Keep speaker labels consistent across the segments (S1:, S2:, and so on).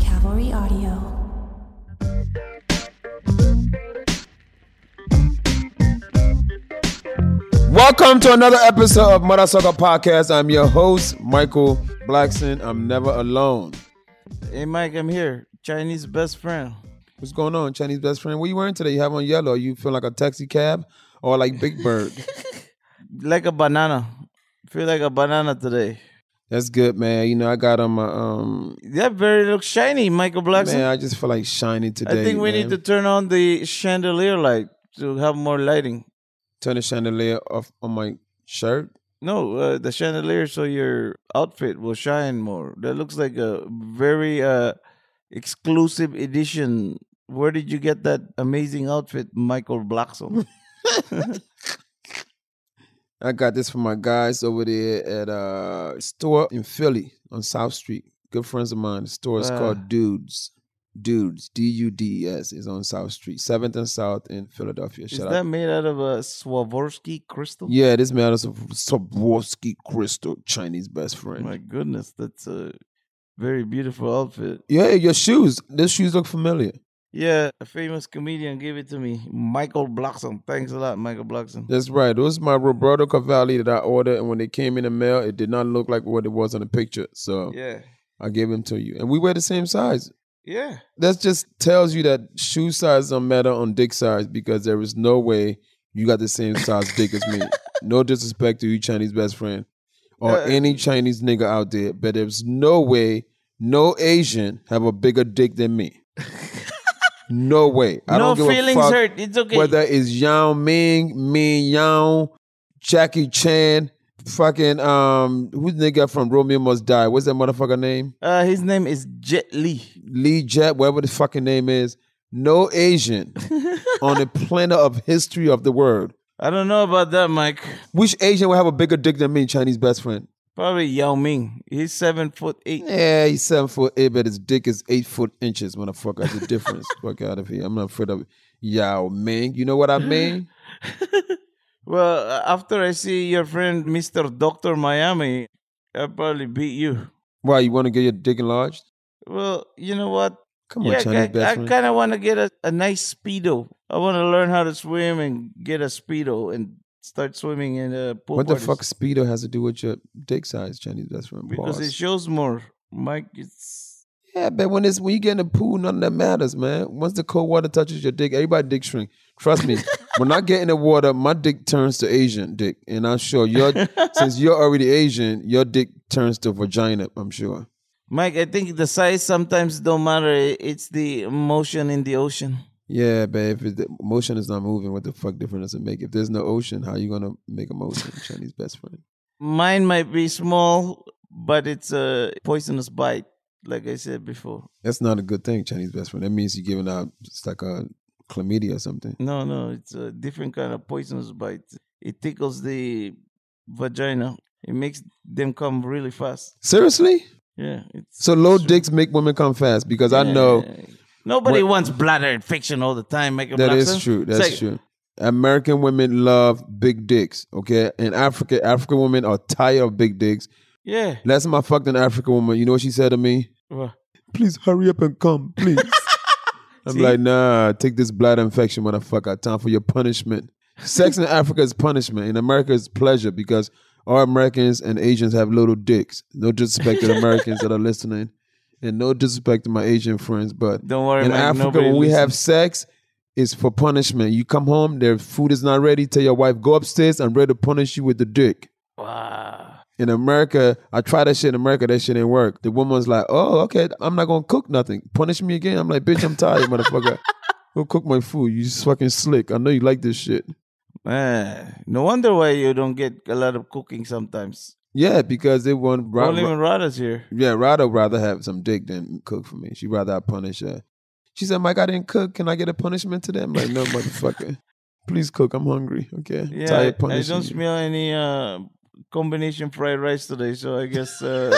S1: Cavalry Audio.
S2: Welcome to another episode of Mother Sucker Podcast. I'm your host, Michael Blackson. I'm never alone.
S3: Hey, Mike, I'm here. Chinese best friend.
S2: What's going on, Chinese best friend? What are you wearing today? You have on yellow. You feel like a taxi cab or like Big Bird?
S3: like a banana. Feel like a banana today.
S2: That's good, man. You know, I got on my um.
S3: That bird looks shiny, Michael Blackson.
S2: Man, I just feel like shiny today.
S3: I think we
S2: man.
S3: need to turn on the chandelier light to have more lighting
S2: turn the chandelier off on my shirt?
S3: No, uh, the chandelier so your outfit will shine more. That looks like a very uh, exclusive edition. Where did you get that amazing outfit, Michael Blackson?
S2: I got this from my guys over there at a store in Philly on South Street. Good friends of mine. The store is uh, called Dudes. Dudes, D U D E S, is on South Street, Seventh and South in Philadelphia.
S3: Shout is that out. made out of a Swarovski crystal?
S2: Yeah, it is made out of Swarovski crystal. Chinese best friend.
S3: My goodness, that's a very beautiful outfit.
S2: Yeah, your shoes. Those shoes look familiar.
S3: Yeah, a famous comedian gave it to me, Michael Bloxham. Thanks a lot, Michael Bloxham.
S2: That's right. Those my Roberto Cavalli that I ordered, and when they came in the mail, it did not look like what it was on the picture. So
S3: yeah,
S2: I gave them to you, and we wear the same size.
S3: Yeah.
S2: That just tells you that shoe size don't matter on dick size because there is no way you got the same size dick as me. No disrespect to you, Chinese best friend, or uh, any Chinese nigga out there, but there's no way no Asian have a bigger dick than me. no way. I
S3: no
S2: don't give
S3: feelings
S2: a fuck
S3: hurt. It's okay.
S2: Whether it's Yao Ming, Ming Yao, Jackie Chan, fucking um who's nigga from Romeo Must Die? What's that motherfucker name?
S3: Uh his name is Jet Lee.
S2: Lee Jet, whatever the fucking name is. No Asian on the planet of history of the world.
S3: I don't know about that, Mike.
S2: Which Asian will have a bigger dick than me, Chinese best friend?
S3: Probably Yao Ming. He's seven foot eight.
S2: Yeah, he's seven foot eight, but his dick is eight foot inches, motherfucker. That's the difference. Fuck out of here. I'm not afraid of Yao Ming. You know what I mean?
S3: Well, uh, after I see your friend Mr. Doctor Miami, I'll probably beat you.
S2: Why you want to get your dick enlarged?
S3: Well, you know what?
S2: Come yeah, on, Chinese
S3: I, I kind of want to get a, a nice speedo. I want to learn how to swim and get a speedo and start swimming in the pool.
S2: What
S3: parties.
S2: the fuck speedo has to do with your dick size, Chinese best friend?
S3: Because
S2: Pause.
S3: it shows more, Mike. It's
S2: yeah, but when it's when you get in the pool, none of that matters, man. Once the cold water touches your dick, everybody dick shrink. Trust me, when I get in the water, my dick turns to Asian dick, and I'm sure your since you're already Asian, your dick turns to vagina. I'm sure.
S3: Mike, I think the size sometimes don't matter. It's the motion in the ocean.
S2: Yeah, but if it, the motion is not moving, what the fuck difference does it make? If there's no ocean, how you gonna make a motion? Chinese best friend.
S3: Mine might be small, but it's a poisonous bite, like I said before.
S2: That's not a good thing, Chinese best friend. That means you're giving out it's like a chlamydia or something.
S3: No, no, it's a different kind of poisonous bite. It tickles the vagina. It makes them come really fast.
S2: Seriously?
S3: Yeah. It's
S2: So low
S3: it's-
S2: dicks make women come fast because I know
S3: Yeah. Nobody
S2: What-
S3: wants bladder infection all the time. Michael
S2: that
S3: Blackson.
S2: is true.
S3: It's
S2: That's
S3: like,
S2: true. American women love big dicks. Okay, in Africa, African women are tired of big dicks.
S3: Yeah.
S2: Last time I fucked an African woman, you know what she said to me?
S3: Well,
S2: Please hurry up and come, please. I'm
S3: See?
S2: like, nah, take this bladder infection, motherfucker. Time for your punishment. Sex in Africa is punishment. In America, it's pleasure because all Americans and Asians have little dicks. No disrespect to the Americans that are listening, and no disrespect to my Asian friends, but
S3: Don't worry,
S2: in
S3: Mike,
S2: Africa,
S3: nobody
S2: when we
S3: listens.
S2: have sex, it's for punishment. You come home, their food is not ready. Tell your wife, go upstairs. I'm ready to punish you with the dick
S3: Wow.
S2: in America, I tried that shit in America. That shit didn't work. The woman's like, "Oh, okay, I'm not gonna cook nothing. Punish me again." I'm like, "Bitch, I'm tired, motherfucker. Go cook my food. You just fucking slick. I know you like this shit."
S3: Man, uh, no wonder why you don't get a lot of cooking sometimes.
S2: Yeah, because they want ra-
S3: Only
S2: ra-
S3: when Rada's here.
S2: yeah, Rada rather have some dick than cook for me. She would rather I punish her. She said, "Mike, I didn't cook. Can I get a punishment today?" I'm like, "No, motherfucker. Please cook. I'm hungry. Okay,
S3: Yeah, I,
S2: tired
S3: I
S2: punishing
S3: don't
S2: you."
S3: smell any uh, combination fried rice today, so I guess uh,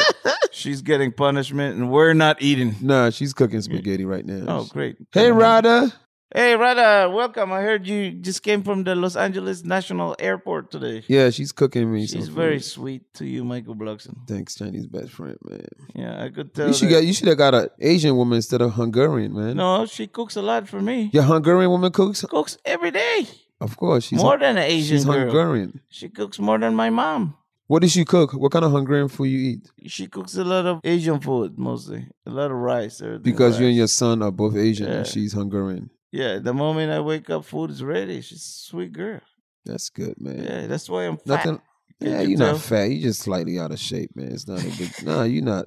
S3: she's getting punishment, and we're not eating.
S2: nah, she's cooking spaghetti right now.
S3: Oh, great!
S2: Hey, Rada.
S3: Hey, Rada, welcome. I heard you just came from the Los Angeles National Airport today.
S2: Yeah, she's cooking me.
S3: She's
S2: some
S3: very
S2: food.
S3: sweet to you, Michael Blockson.
S2: Thanks, Chinese best friend, man.
S3: Yeah, I could tell.
S2: You should
S3: that-
S2: get. You should have got an Asian woman instead of Hungarian, man.
S3: no, she cooks a lot for me.
S2: your Hungarian woman cooks.
S3: Cooks every day.
S2: Of course, she's
S3: more than an Asian
S2: she's
S3: girl.
S2: Hungarian.
S3: She cooks more than my mom.
S2: What does she cook? What kind of Hungarian food you eat?
S3: She cooks a lot of Asian food mostly. A lot of rice. everything
S2: Because you and
S3: rice.
S2: your son are both Asian, and
S3: Yeah.
S2: she's Hungarian.
S3: Yeah, the moment I wake up, food is ready. She's a sweet girl.
S2: That's good, man.
S3: Yeah, that's why I'm fat.
S2: Nothing.
S3: You
S2: yeah,
S3: can
S2: you're not
S3: tell.
S2: fat. You're just slightly out of shape, man. It's not a big. nah, you're not.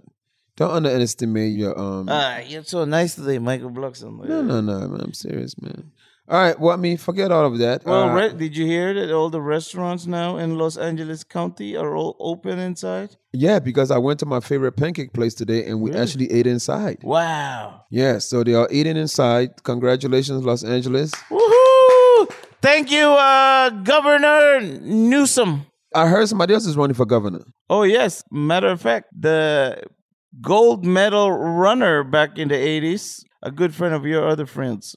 S2: Don't underestimate your um.
S3: Ah, you're so nice today, Michael Blockson.
S2: no, no, no, man. I'm serious, man. All right. Well, I mean, forget all of that.
S3: Well,
S2: Uh,
S3: re- did you hear that all the restaurants now in Los Angeles County are all open inside?
S2: yeah, because I went to my favorite pancake place today, and we actually ate inside.
S3: Wow.
S2: Yeah, so they are eating inside. Congratulations, Los Angeles.
S3: Woohoo! Thank you, uh, Governor Newsom.
S2: I heard somebody else is running for governor.
S3: Oh, yes. Matter of fact, the gold medal runner back in the 80s, a good friend of your other friends,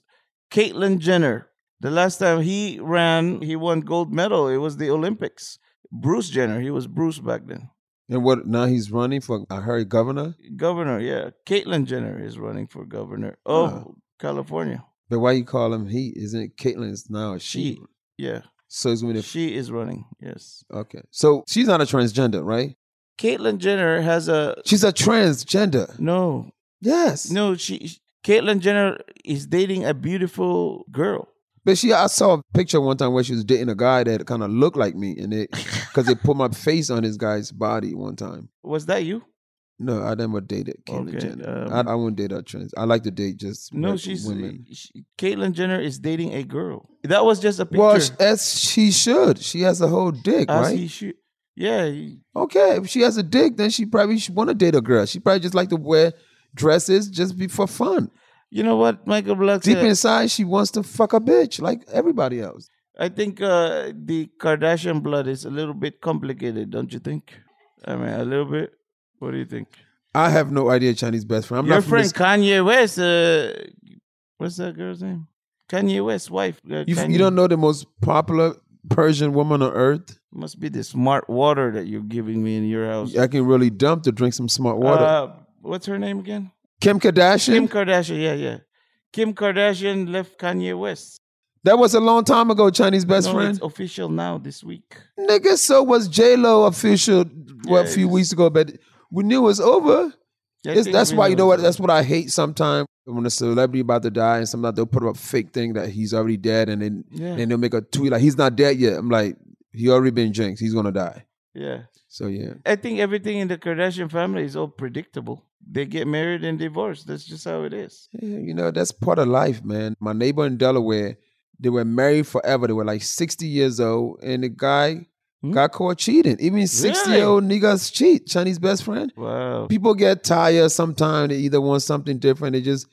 S3: Caitlyn Jenner. The last time he ran, he won gold medal. It was the Olympics. Bruce Jenner, he was Bruce back then.
S2: And what now he's running for I heard governor.
S3: Governor, yeah. Caitlyn Jenner is running for governor of California.
S2: But why you call him he? Isn't Caitlin's now a she?
S3: She, yeah.
S2: So it's going to
S3: She is running, yes.
S2: Okay. So she's not a transgender, right?
S3: Caitlyn Jenner has a.
S2: She's a transgender.
S3: No,
S2: Yes.
S3: no, she. Caitlyn Jenner is dating a beautiful girl.
S2: But she I saw a picture one time where she was dating a guy that kind of looked like me and it because they put my face on this guy's body one time.
S3: Was that you?
S2: No, I never dated Caitlyn
S3: Okay,
S2: Jenner.
S3: um,
S2: I, I won't date a trans. I like to date just
S3: No,
S2: reg-
S3: she's
S2: women.
S3: she, Caitlyn Jenner is dating a girl. That was just a picture.
S2: Well, sh- as she should. She has a whole dick,
S3: As
S2: right?
S3: he shoot- yeah, he-
S2: okay, if she has a dick, then she probably should want to date a girl. She probably just like to wear dresses just be for fun.
S3: you know what, Michael Black?
S2: Deep inside, she wants to fuck a bitch like everybody else.
S3: I think uh, the Kardashian blood is a little bit complicated, don't you think? I mean, a little bit. What do you think?
S2: I have no idea Chinese best friend. I'm
S3: Your
S2: not from
S3: friend
S2: this-
S3: Kanye West. Uh, what's that girl's name? Kanye West wife. Uh,
S2: you,
S3: Kanye.
S2: you don't know the most popular Persian woman on earth.
S3: Must be the smart water that you're giving me in your house.
S2: I can really dump to drink some smart water.
S3: Uh, what's her name again?
S2: Kim Kardashian.
S3: Kim Kardashian. Yeah, yeah. Kim Kardashian left Kanye West.
S2: that was a long time ago. Chinese best
S3: No,
S2: friend.
S3: it's official now this week.
S2: Nigga, so was J Lo official well, a
S3: Yeah,
S2: few
S3: it's-
S2: weeks ago, but we knew it was over.
S3: I
S2: It's,
S3: think
S2: that's
S3: we
S2: why you know what.
S3: that.
S2: That's what I hate sometimes when a celebrity about to die and sometimes they'll put up a fake thing that he's already dead, and then
S3: Yeah.
S2: and they'll make a tweet like he's not dead yet. I'm like, he already been jinxed. He's gonna die.
S3: Yeah.
S2: So yeah,
S3: I think everything in the Kardashian family is all predictable. They get married and divorced. That's just how it is.
S2: yeah you know that's part of life, man. My neighbor in Delaware, they were married forever. They were like 60 years old, and the guy
S3: Hmm?
S2: got caught cheating. Even 60 year old niggas cheat. Chinese best friend.
S3: Wow.
S2: people get tired sometimes they either want something different they just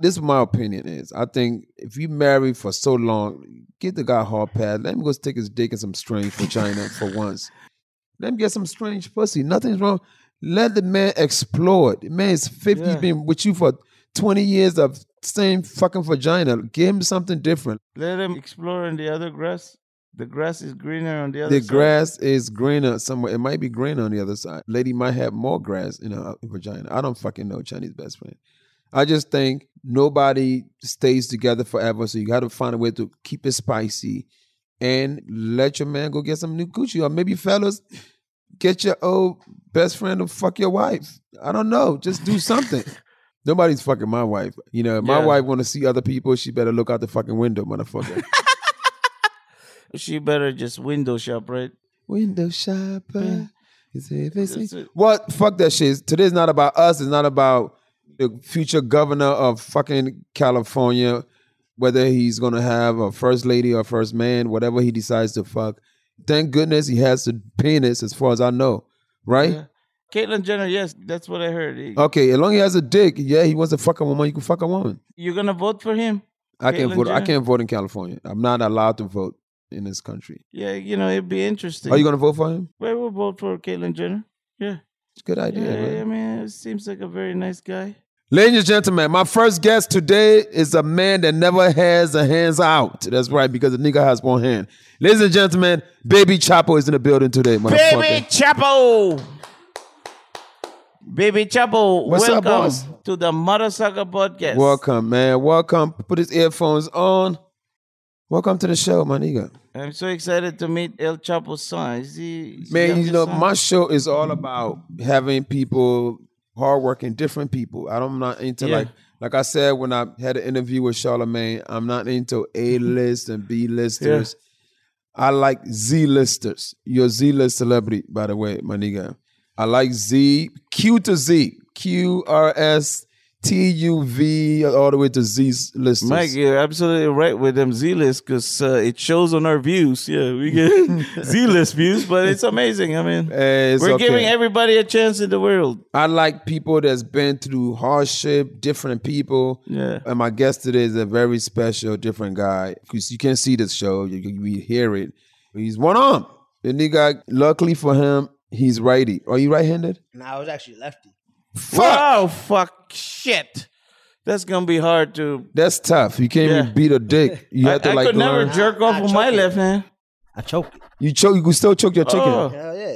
S2: this is my opinion is I think if you marry for so long, get the guy hard pad. Let him go stick his dick in some strange vagina for once. Let him get some strange pussy. Nothing's wrong. Let the man explore it. The man is 50, he's
S3: Yeah.
S2: been with you for 20 years of same fucking vagina. Give him something different.
S3: Let him explore in the other grass. The grass is greener on the other
S2: The
S3: side.
S2: grass is greener somewhere. It might be green on the other side. Lady might have more grass in her vagina. I don't fucking know Chinese best friend. I just think nobody stays together forever, so you got to find a way to keep it spicy and let your man go get some new Gucci. Or maybe, fellas, get your old best friend to fuck your wife. I don't know. Just do something. Nobody's fucking my wife. You know, if my
S3: Yeah.
S2: wife want to see other people, she better look out the fucking window, motherfucker.
S3: She better just window shop, right?
S2: Window shopper. Is
S3: Mm. That's
S2: everything?
S3: it.
S2: What? Fuck that shit. Today's not about us. It's not about the future governor of fucking California, whether he's gonna have a first lady or first man, whatever he decides to fuck. Thank goodness he has a penis, as far as I know, right?
S3: Yeah. Caitlyn Jenner, yes, that's what I heard. He-
S2: Okay, as long as he has a dick, yeah, he wants to fuck a woman. You can fuck a woman.
S3: You're gonna vote for him?
S2: I can't
S3: Caitlyn
S2: vote. I
S3: Jenner?
S2: can't vote in California. I'm not allowed to vote in this country.
S3: Yeah, you know it'd be interesting.
S2: Are you gonna vote for him?
S3: Well, we'll vote for Caitlyn Jenner. Yeah,
S2: It's a good idea.
S3: yeah.
S2: man.
S3: I mean, it seems like a very nice guy.
S2: Ladies and gentlemen, my first guest today is a man that never has a hands out. That's right, because the nigga has one hand. Ladies and gentlemen, Baby Chapo is in the building today, motherfucker.
S3: Baby Chapo. Baby Chapo,
S2: What's up,
S3: welcome
S2: boss?
S3: to the Motherfucker Podcast.
S2: Welcome, man. Welcome. Put his earphones on. Welcome to the show, my nigga.
S3: I'm so excited to meet El Chapo's son. Is he? is he
S2: Man, you
S3: youngest
S2: know,
S3: son?
S2: my show is all about having people hardworking, different people. I don't, I'm not into
S3: Yeah.
S2: like, like I said when I had an interview with Charlemagne, I'm not into A
S3: Mm-hmm.
S2: list and B listers. I like Z listers. You're Z list celebrity, by the way, my nigga. I like Z Q to Z Q R S T U V all the way to Z listers.
S3: Mike, you're absolutely right with them Z list because uh, it shows on our views. Yeah, we get Z list views, but it's amazing. I mean,
S2: Eh, it's
S3: we're
S2: okay.
S3: giving everybody a chance in the world.
S2: I like people that's been through hardship, different people.
S3: Yeah.
S2: And my guest today is a very special, different guy. Because you can see this show, you, you we hear it. He's one arm. The nigga, luckily for him, he's righty. Are you right handed?
S1: And I was actually lefty.
S2: Fuck!
S3: Oh fuck, shit! That's gonna be hard to.
S2: That's tough. You can't
S3: Yeah.
S2: even beat a dick. You
S3: I,
S2: have to
S3: I
S2: like
S3: could never
S2: learn.
S3: jerk off
S1: I
S3: with my
S1: choke it.
S3: left hand.
S1: I choked it.
S2: you choke. You can still choke your chicken.
S3: Oh,
S1: Hell yeah.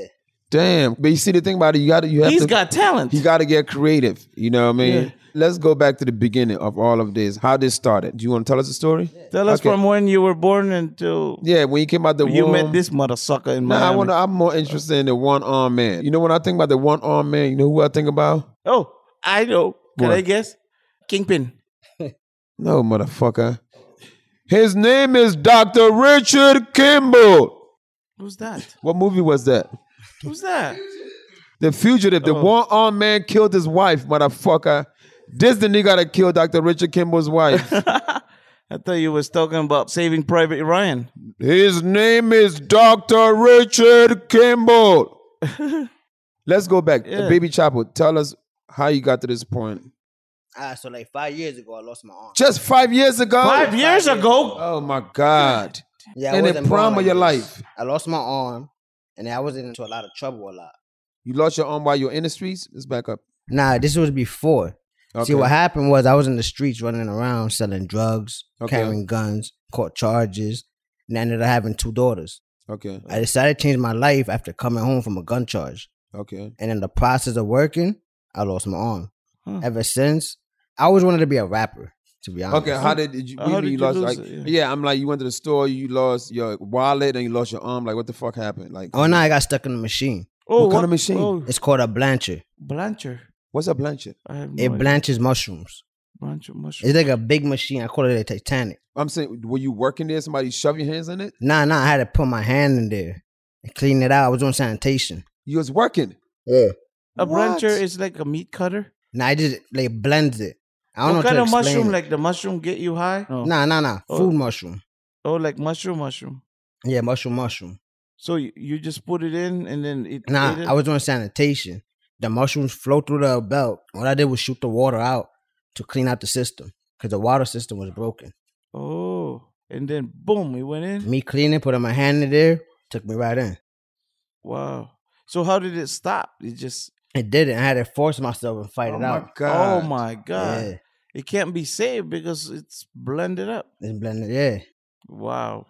S2: Damn. But you see the thing about it, you got to. You have
S3: he's
S2: to.
S3: got talent.
S2: you got to get creative. You know what I mean?
S3: Yeah.
S2: Let's go back to the beginning of all of this. How this started? Do you want to tell us the story?
S3: Tell us
S2: Okay.
S3: from when you were born until
S2: Yeah, when you came out the
S3: you
S2: womb.
S3: met this motherfucker in
S2: Nah, I
S3: Miami.
S2: wanna, I'm more interested in the one armed man. You know when I think about the one armed man, you know who I think about?
S3: Oh, I know. Can
S2: What?
S3: I guess? Kingpin.
S2: No, motherfucker. His name is Dr. Richard Kimball.
S3: Who's that?
S2: What movie was that?
S3: Who's that?
S2: The Fugitive.
S3: Oh.
S2: The one armed man killed his wife, motherfucker. This the nigga that killed Dr. Richard Kimball's wife.
S3: I thought you was talking about Saving Private Ryan.
S2: His name is Dr. Richard Kimball. Let's go back.
S3: Yeah.
S2: Baby Chapel, tell us how you got to this point.
S1: Ah, so like five years ago, I lost my arm.
S2: Just five years ago.
S3: Five years ago.
S2: Oh my God.
S1: Yeah, I
S2: in the
S1: wasn't
S2: prime
S1: born
S2: of your
S1: like this.
S2: life.
S1: I lost my arm, and I was into a lot of trouble a lot.
S2: You lost your arm while you were in the streets? Let's back up.
S1: Nah, this was before.
S2: Okay.
S1: See, what happened was I was in the streets running around selling drugs,
S2: Okay.
S1: carrying guns, caught charges, and I ended up having two daughters.
S2: Okay.
S1: I decided to change my life after coming home from a gun charge.
S2: Okay.
S1: And in the process of working, I lost my arm.
S3: Huh.
S1: Ever since, I always wanted to be a rapper, to be honest.
S2: Okay. How did, did you,
S3: How
S2: what do mean
S3: did
S2: you
S3: you
S2: lost,
S3: lose
S2: like,
S3: it?
S2: yeah. I'm like, you went to the store, you lost your wallet and you lost your arm. Like, what the fuck happened? Like,
S1: Oh, no, I got stuck in a machine.
S3: Oh,
S2: What kind of machine?
S3: Oh,
S1: It's called a blancher.
S3: Blanchard.
S2: what's a blanket?
S3: I have no
S1: It
S3: idea.
S1: blanches mushrooms.
S3: Blanchard mushroom.
S1: It's like a big machine. I call it a Titanic.
S2: I'm saying, were you working there? Somebody shove your hands in it?
S1: Nah, nah, I had to put my hand in there and clean it out. I was doing sanitation.
S2: You was working.
S1: Yeah.
S3: a
S2: What?
S3: blancher is like a meat cutter.
S1: Nah, I just like blends it. I don't
S3: what
S1: know
S3: kind
S1: how
S3: of
S1: to explain
S3: mushroom?
S1: it.
S3: Like the mushroom get you high? No.
S1: Nah, nah, nah.
S3: Oh.
S1: Food mushroom.
S3: Oh, like mushroom, mushroom.
S1: Yeah, mushroom, mushroom.
S3: So you, you just put it in and then it.
S1: Nah,
S3: ate it?
S1: I was doing sanitation. The mushrooms flow through the belt. What I did was shoot the water out to clean out the system. because the water system was broken.
S3: Oh, and then boom, it went in.
S1: Me cleaning, putting my hand in there, took me right in.
S3: Wow. So how did it stop? It just
S1: It didn't. I had to force myself and fight it out.
S3: oh my god,
S1: Yeah,
S3: it can't be saved because it's blended up.
S1: it's blended. Yeah.
S3: Wow.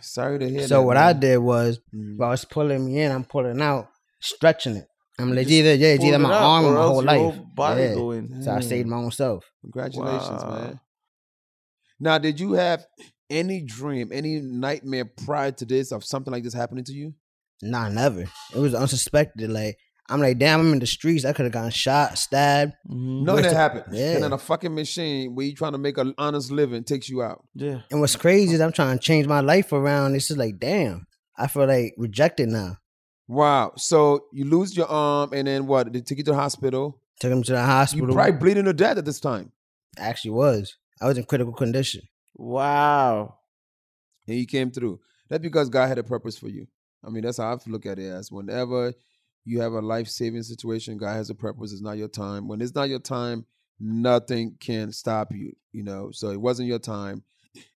S2: Sorry to hear that.
S1: so what I
S2: man.
S1: did was,
S2: Mm.
S1: while it's pulling me in, I'm pulling out, stretching it. I'm like,
S3: just
S1: either yeah, it's
S3: pulled
S1: either
S3: it
S1: my
S3: up
S1: arm or
S3: or
S1: my
S3: else
S1: whole
S3: your
S1: life.
S3: whole body
S1: Yeah.
S3: go in.
S1: So I
S2: Mm.
S1: saved my own self.
S2: Congratulations,
S3: Wow.
S2: man. Now, did you have any dream, any nightmare prior to this of something like this happening to you?
S1: Nah, never. It was unsuspected. Like I'm like, damn, I'm in the streets. I could have gotten shot, stabbed.
S3: Mhm.
S2: None of that
S1: Wasted-
S2: happened.
S1: Yeah.
S2: And then a fucking machine where you trying to make an honest living takes you out.
S3: Yeah.
S1: And what's crazy is I'm trying to change my life around. It's just like, damn, I feel like rejected now.
S2: Wow. So you lose your arm, and then what? They take you to the hospital.
S1: Took him to the
S2: You
S1: hospital.
S2: probably bleeding to death at this time,
S1: Actually, was I was in critical condition.
S3: Wow.
S2: and you came through. That's because God had a purpose for you. I mean, that's how I have to look at it. As whenever you have a life saving situation, God has a purpose. It's not your time. When it's not your time, nothing can stop you. You know. So it wasn't your time.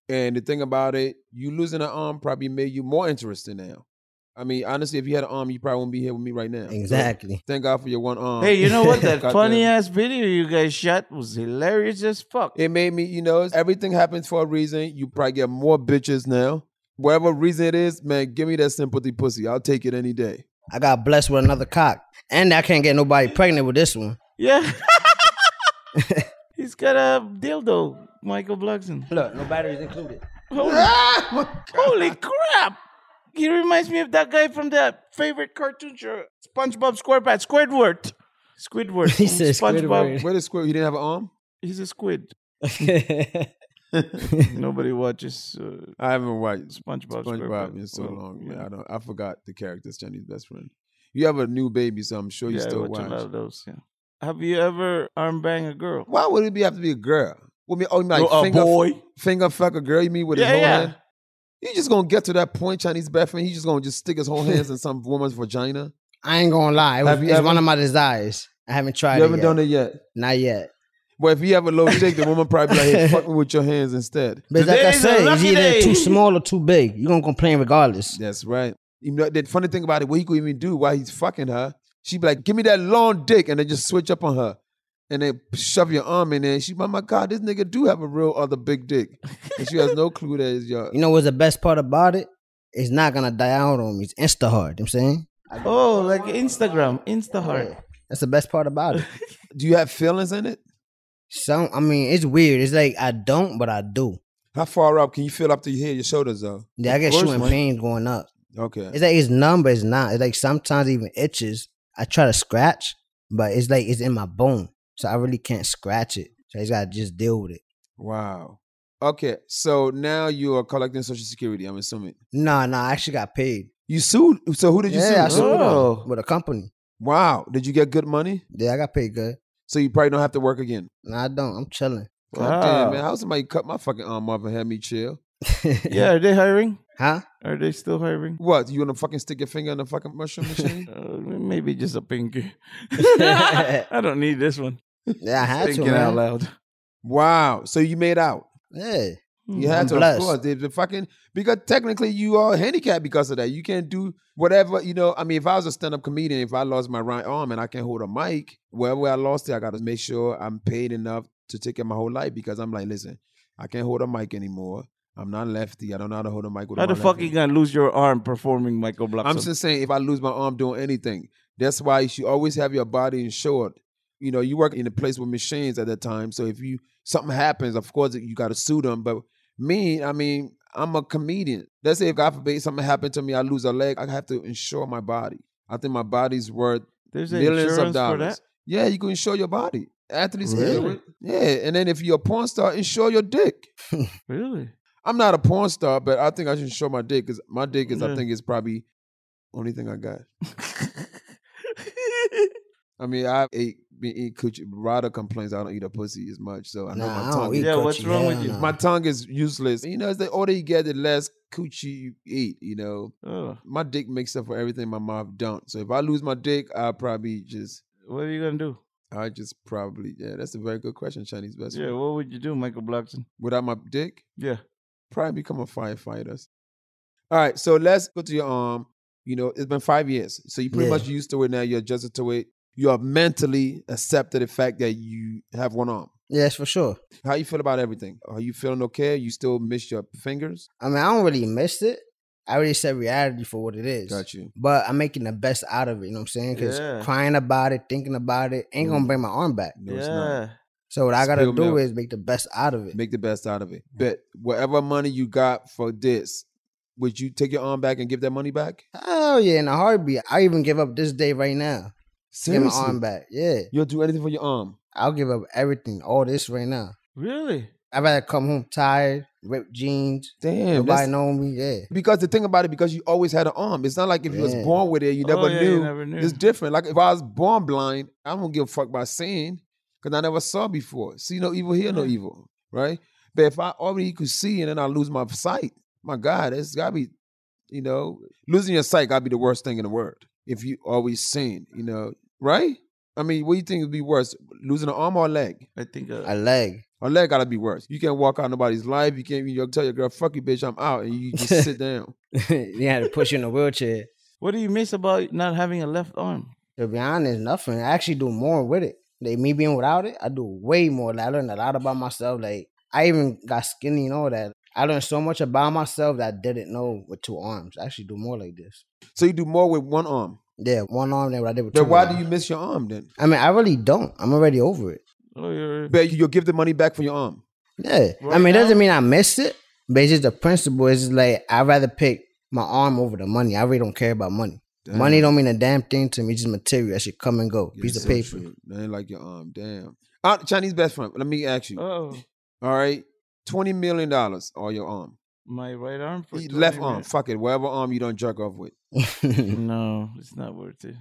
S2: And the thing about it, you losing an arm probably made you more interested now. I mean, honestly, if you had an arm, you probably wouldn't be here with me right now. So
S1: Exactly.
S2: thank God for your one arm.
S3: Hey, you know what? That
S2: Goddamn-
S3: funny ass video you guys shot was hilarious as fuck.
S2: It made me, you know, everything happens for a reason. You probably get more bitches now. Whatever reason it is, man, give me that sympathy pussy. I'll take it any day.
S1: I got blessed with another cock, and I can't get nobody pregnant with this one.
S3: yeah. He's got a dildo, Michael Blackson.
S1: Look, no batteries included.
S3: Holy,
S2: Ah!
S3: holy crap! He reminds me of that guy from that favorite cartoon show, SpongeBob SquarePants, Squidward. Squidward.
S1: He
S3: from
S1: said Squidward.
S2: Where the square? You didn't have an arm?
S3: He's a squid.
S1: That's
S3: Nobody watches uh,
S2: I haven't watched
S3: SpongeBob.
S2: SpongeBob
S3: SquarePants.
S2: in so
S3: Well,
S2: long. Man.
S3: yeah.
S2: I don't. I forgot the character's Chinese best friend. You have a new baby, so I'm sure you
S3: Yeah, I
S2: still
S3: watch,
S2: watch.
S3: a lot of those. Yeah. Have you ever arm bang a girl?
S2: Why would it be have to be a girl? What mean? Oh, you mean like
S3: No, a
S2: finger,
S3: boy.
S2: finger fuck a girl? You mean with
S3: Yeah,
S2: his whole
S3: yeah.
S2: hand? You just gonna get to that point, Chinese best friend. He's just gonna just stick his whole hands in some woman's vagina.
S1: I ain't gonna lie. It was,
S2: Have you
S1: it's
S2: ever-
S1: one of my desires. I haven't tried.
S2: you haven't
S1: it
S2: done
S1: yet.
S2: it yet.
S1: Not yet.
S2: Well, if you have a low dick, the woman probably be like, hey, fuck me with your hands instead.
S1: But like I
S3: Today's a
S1: said, it's
S3: lucky
S1: either
S3: day.
S1: too small or too big. You're gonna complain regardless.
S2: That's right. You know, the funny thing about it, what he could even do while he's fucking her, she'd be like, give me that long dick, and then just switch up on her. And then shove your arm in there. And she, oh my God, this nigga do have a real other big dick. And she has no clue that it's your.
S1: You know what's the best part about it? It's not gonna die out on me. It's insta hard. You know what I'm saying
S3: Oh, like Instagram, Instaheart.
S1: that's the best part about it.
S2: Do you have feelings in it?
S1: Some, I mean, it's weird. It's like I don't, but I do.
S2: How far up can you feel up to here? Your shoulders, though.
S1: Yeah, I
S2: Of
S1: get
S2: course,
S1: shooting
S2: man.
S1: pains going up.
S2: Okay.
S1: It's like it's numb, but it's not. It's like sometimes even itches. I try to scratch, but it's like it's in my bone, so I really can't scratch it. So I just gotta just deal with it.
S2: Wow. Okay. So now you are collecting Social Security, I'm assuming.
S1: No, no, I actually got paid.
S2: You sued. So who did you
S1: yeah, I
S2: sue?
S3: sued.
S1: sold
S3: Oh.
S1: them with a company.
S2: Wow. Did you get good money?
S1: Yeah, I got paid good.
S2: So you probably don't have to work again.
S1: No, I don't. I'm chilling.
S2: God
S3: Wow.
S2: damn, man. How somebody cut my fucking arm off and had me chill?
S3: Yeah, are they hiring?
S1: Huh?
S3: Are they still hiring?
S2: What? You want to fucking stick your finger in the fucking mushroom machine?
S3: Uh, maybe just a pinky. I don't need this one.
S1: Yeah, I had to.
S3: Thinking out
S1: Man.
S3: loud.
S2: wow. So you made out.
S1: Yeah.
S3: Mm-hmm.
S2: You had
S1: Hmm. I'm
S2: to,
S1: blessed.
S2: of course. They, the fucking, because technically you are handicapped because of that. You can't do whatever, you know. I mean, if I was a stand up comedian, if I lost my right arm and I can't hold a mic, wherever I lost it, I got to make sure I'm paid enough to take care of my whole life because I'm like, listen, I can't hold a mic anymore. I'm not lefty. I don't know how to hold a mic with
S3: How
S2: my
S3: the fuck
S2: left hand.
S3: you gonna lose your arm performing Michael Blackson?
S2: I'm just saying, if I lose my arm doing anything, that's why you should always have your body insured. You know, you work in a place with machines at that time, so if you something happens, of course you got to sue them. But me, I mean, I'm a comedian. Let's say if God forbid something happened to me, I lose a leg, I have to insure my body. I think my body's worth
S3: There's
S2: millions
S3: insurance
S2: of
S3: for
S2: dollars. Yeah, you can insure your body. Athletes can do
S3: Really?
S2: it. Yeah, and then if you're a porn star, insure your dick.
S3: that? Really?
S2: I'm not a porn star, but I think I should insure my dick because my dick is, I
S3: Yeah.
S2: think, is probably only thing I got. I mean, I ate been eating coochie. Rada complains I don't eat a pussy as much, so I know
S1: Nah,
S2: my
S1: I don't
S2: tongue.
S1: eat
S2: Is,
S3: Yeah, what's
S1: coochie.
S3: wrong with
S1: Hell
S3: you?
S1: no.
S2: My tongue is useless. You know, it's the older you get, the less coochie you eat. You know,
S3: oh,
S2: my dick makes up for everything my mouth don't. So if I lose my dick, I'll probably just
S3: what are you gonna do?
S2: I just probably yeah. That's a very good question, Chinese best
S3: Yeah,
S2: friend.
S3: what would you do, Michael Blackson?
S2: Without my dick,
S3: Yeah.
S2: probably become a firefighter. All right, so let's go to your um. You know, it's been five years, so you pretty
S1: Yeah.
S2: much used to it now. You're adjusted to it. You have mentally accepted the fact that you have one arm.
S1: Yes, for sure.
S2: How you feel about everything? Are you feeling okay? You still miss your fingers?
S1: I mean, I don't really miss it. I already said reality for what it is.
S2: Got you.
S1: But I'm making the best out of it. You know what I'm saying? Because
S3: Yeah.
S1: crying about it, thinking about it, ain't gonna bring my arm back.
S2: Mm. No,
S3: yeah.
S2: it's not.
S1: So what I gotta
S2: Spill
S1: do
S2: milk.
S1: is make the best out of it. Mm.
S2: Make the best out of it. But whatever money you got for this, would you take your arm back and give that money back?
S1: Hell yeah, in a heartbeat. I even give up this day right now.
S2: Seriously,
S1: Get my arm back. Yeah.
S2: You'll do anything for your um, arm.
S1: I'll give up everything, all this right now.
S3: Really?
S1: I'd rather come home tired, ripped jeans,
S2: Damn,
S1: nobody
S2: that's-
S1: know me. Yeah.
S2: Because the thing about it, because you always had an arm. It's not like if you was
S1: Yeah.
S2: born with it, you
S3: Oh,
S2: never,
S3: yeah,
S2: knew.
S3: you never knew.
S2: It's different. Like if I was born blind, I don't give a fuck about seeing because I never saw before. See no evil, hear no
S3: Mm.
S2: evil, right? But if I already could see and then I lose my sight, my God, it's gotta be, you know, losing your sight gotta be the worst thing in the world. If you always seen, you know, right? I mean, what do you think would be worse, losing an arm or a leg?
S3: I think. Uh,
S1: A leg.
S2: Or leg gotta be worse. You can't walk out nobody's life. You can't you tell your girl, fuck you, bitch, I'm out, and you just sit down.
S1: they had to push you in a wheelchair.
S3: what do you miss about not having a left arm?
S1: To be honest, nothing. I actually do more with it. Like me being without it, I do way more. Like, I learned a lot about myself. Like I even got skinny and all that. I learned so much about myself that I didn't know with two arms. I actually do more like this.
S2: So you do more with one arm.
S1: Yeah, one arm than what I did with
S2: Then
S1: two.
S2: why do
S1: arms.
S2: you miss your arm then?
S1: I mean, I really don't. I'm already over it.
S3: Oh, you're.
S2: But you- you'll give the money back for your arm.
S1: Yeah. I
S3: Right
S1: mean, it doesn't
S3: now-
S1: mean I missed it, but it's just the principle. It's just like I'd rather pick my arm over the money. I really don't care about money. Money don't mean a damn thing to me. It's just material. That should come and go.
S2: Yeah,
S1: Piece
S2: that's
S1: of
S2: so
S1: paper.
S2: true. That ain't like your arm. Damn. Uh, Chinese best friend. Let me ask you.
S3: Oh,
S2: All right. Twenty million dollars or your arm.
S3: my right arm. For
S2: Left
S3: 20
S2: arm.
S3: minutes.
S2: Fuck it. Whatever arm you don't jerk off with.
S3: No, it's not worth it.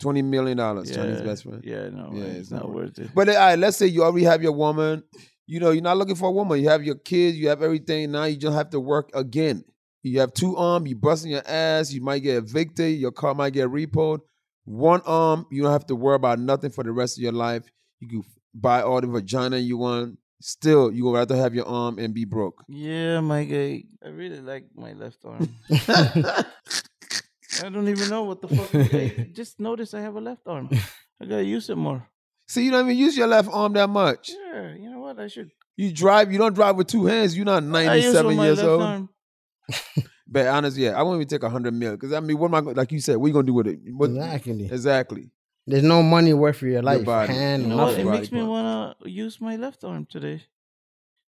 S2: Twenty million dollars, Chinese
S3: Yeah,
S2: best friend.
S3: Yeah, no,
S2: Yeah,
S3: it's, not worth it.
S2: But all right, let's say you already have your woman. You know, you're not looking for a woman. You have your kids. You have everything. Now you just have to work again. You have two arm. You busting your ass. You might get evicted. Your car might get repoed. One arm. You don't have to worry about nothing for the rest of your life. You can buy all the vagina you want. Still, you would rather have your arm and be broke.
S3: yeah, my guy. I really like my left arm. I don't even know what the fuck. I just notice I have a left arm. I gotta use it more.
S2: See, you don't even use your left arm that much.
S3: Yeah, you know what? I should.
S2: You drive. You don't drive with two hands. You're not
S3: I use
S2: 97
S3: my
S2: years
S3: left
S2: old.
S3: arm.
S2: But honestly, yeah, I won't even take a hundred mil because I mean, what am I gonna- like? You said, what you gonna do with it? What-
S1: Exactly.
S2: Exactly.
S1: There's no money worth for your life.
S2: body.
S1: Hand,
S3: You
S2: No,
S3: know
S1: nothing.
S3: what? It
S2: Right,
S3: makes me
S2: but-
S3: wanna use my left arm today.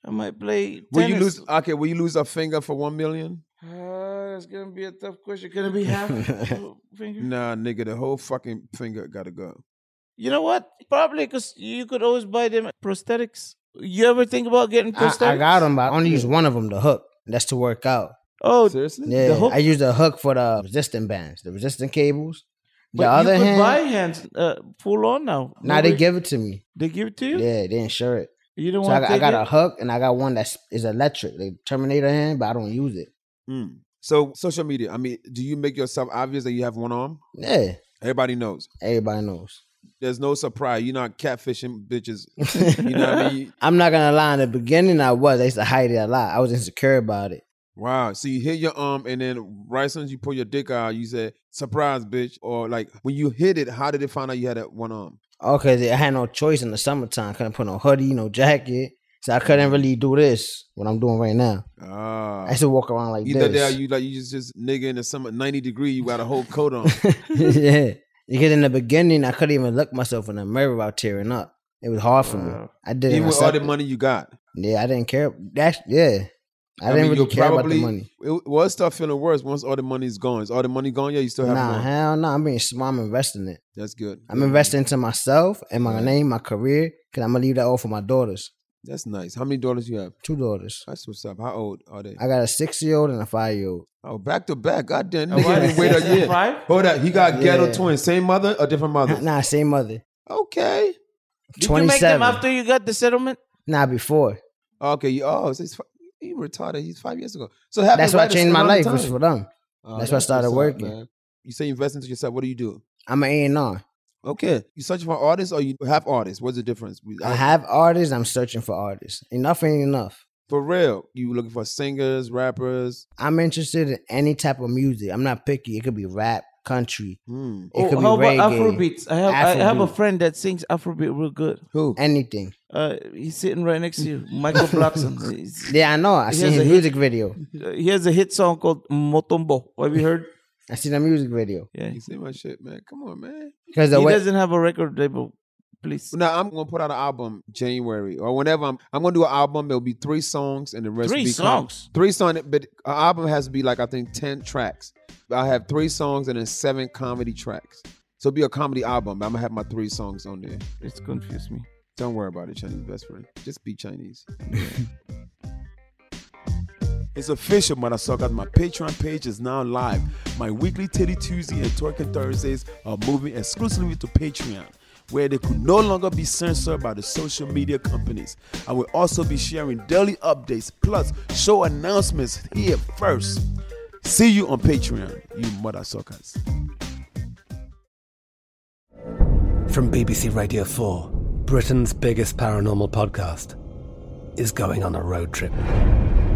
S3: I might play.
S2: Will you
S3: tennis.
S2: lose? Okay, will you lose a finger for one million?
S3: Ah, that's gonna be a tough question. Gonna be half finger.
S2: Nah, nigga, the whole fucking finger gotta go.
S3: You know what? Probably because you could always buy them prosthetics. You ever think about getting
S1: I,
S3: prosthetics?
S1: I got them, but I only use one of them, the hook. That's to work out.
S3: Oh,
S2: Seriously?
S1: Yeah,
S3: The hook?
S1: I use the hook for the resistant bands, the resistant cables. The
S3: but
S1: other
S3: you could
S1: hand,
S3: buy hands uh, full on now.
S1: now they
S3: Nobody-
S1: give it to me.
S3: they give it to you.
S1: Yeah, they insure it.
S3: You don't
S1: So I,
S3: want.
S1: got-
S3: to
S1: I
S3: take
S1: got
S3: it?
S1: a hook and I got one that is electric, the Terminator hand, but I don't use it.
S2: Mm. So social media. I mean, do you make yourself obvious that you have one arm?
S1: Yeah,
S2: Everybody knows.
S1: everybody knows.
S2: There's no surprise. You're not catfishing bitches. You know what I mean?
S1: I'm not gonna lie. In the beginning, I was. I used to hide it a lot. I was insecure about it.
S2: Wow. So you hit your arm, and then right as soon as you pull your dick out, you say "surprise, bitch," or like when you hit it, how did it find out you had a one um, arm?
S1: Okay, I had no choice in the summertime. Couldn't put no hoodie, no jacket, so I couldn't really do this. What I'm doing right now,
S2: Ah.
S1: I used to walk around like
S2: Either there,
S1: this.
S2: you like you just just nigga in the summer, ninety degree, you got a whole coat on.
S1: yeah. Because in the beginning, I couldn't even look myself in the mirror without tearing up. It was hard for me. I didn't.
S2: Even with all
S1: accept
S2: the
S1: it.
S2: money you got,
S1: Yeah, I didn't care. That's yeah. I, didn't
S2: mean,
S1: really
S2: you'll
S1: care about the money.
S2: It will start feeling worse once all the money's gone. Is all the money gone? Yeah, you still have
S1: Nah,
S2: one.
S1: hell no. I'm being smart. I'm investing it.
S2: That's good.
S1: I'm investing into myself and my
S2: Right.
S1: name, my career. Cause I'm gonna leave that all for my daughters.
S2: That's nice. How many daughters you have?
S1: Two daughters.
S2: That's what's up. How old are they?
S1: I got a six year old and a five year old.
S2: Oh, back to back. God damn,
S3: Oh,
S2: nigga,
S3: wow.
S2: didn't wait a
S3: Six and
S2: year.
S3: five?
S2: Hold up, he got ghetto
S1: Yeah.
S2: twins. Same mother, a different mother. Oh,
S1: Nah, same mother.
S2: Okay.
S3: Did you
S1: Twenty
S3: make them
S1: seven.
S3: after you got the settlement?
S1: nah, before.
S2: Okay. you- Oh, so he's fi- he retarded. He's five years ago. So it happened
S1: That's why
S2: right
S1: I
S2: the
S1: changed
S2: same
S1: my
S2: amount
S1: life.
S2: of
S1: It was
S2: time.
S1: for them.
S2: Oh,
S1: That's why I started
S2: what's up,
S1: working.
S2: man. You say you invest into yourself. What do you do?
S1: I'm an A and R.
S2: Okay, you search for artists or you have artists. What's the difference? We-
S1: I have artists. I'm searching for artists. Enough ain't enough.
S2: for real. You looking for singers, rappers?
S1: I'm interested in any type of music. I'm not picky. It could be rap, country,
S2: Hmm.
S1: it could
S3: Oh, how
S1: be
S3: about
S1: reggae,
S3: Afrobeats? I have I have a
S1: Afrobeat.
S3: friend that sings Afrobeat real good.
S2: Who?
S1: anything.
S3: Uh, he's sitting right next to you, Michael Blackson. He's-
S1: Yeah, I know. I
S3: He
S1: seen
S3: has a
S1: his
S3: hit.
S1: music video.
S3: uh, he has a hit song called Motombo. Have you heard?
S1: I seen the music video
S3: Yeah,
S2: You see my shit, man. Come on, man.
S1: because the
S3: he
S1: way
S3: doesn't have a record label. Please,
S2: Now I'm gonna put out an album January or whenever I'm. I'm gonna do an album. It'll be three songs and the rest.
S3: three
S2: will be com-
S3: songs.
S2: Three songs, but an album has to be like I think ten tracks. I have three songs and then seven comedy tracks. So it'll be a comedy album. I'm gonna have my three songs on there.
S3: It's confused me.
S2: Don't worry about it, Chinese best friend. Just be Chinese.
S4: It's official, motherfuckers. My Patreon page is now live. My weekly Titty Tuesday and Twerking Thursdays are moving exclusively to Patreon, where they could no longer be censored by the social media companies. I will also be sharing daily updates plus show announcements here first. See you on Patreon, you motherfuckers.
S5: From BBC Radio 4, Britain's biggest paranormal podcast is going on a road trip.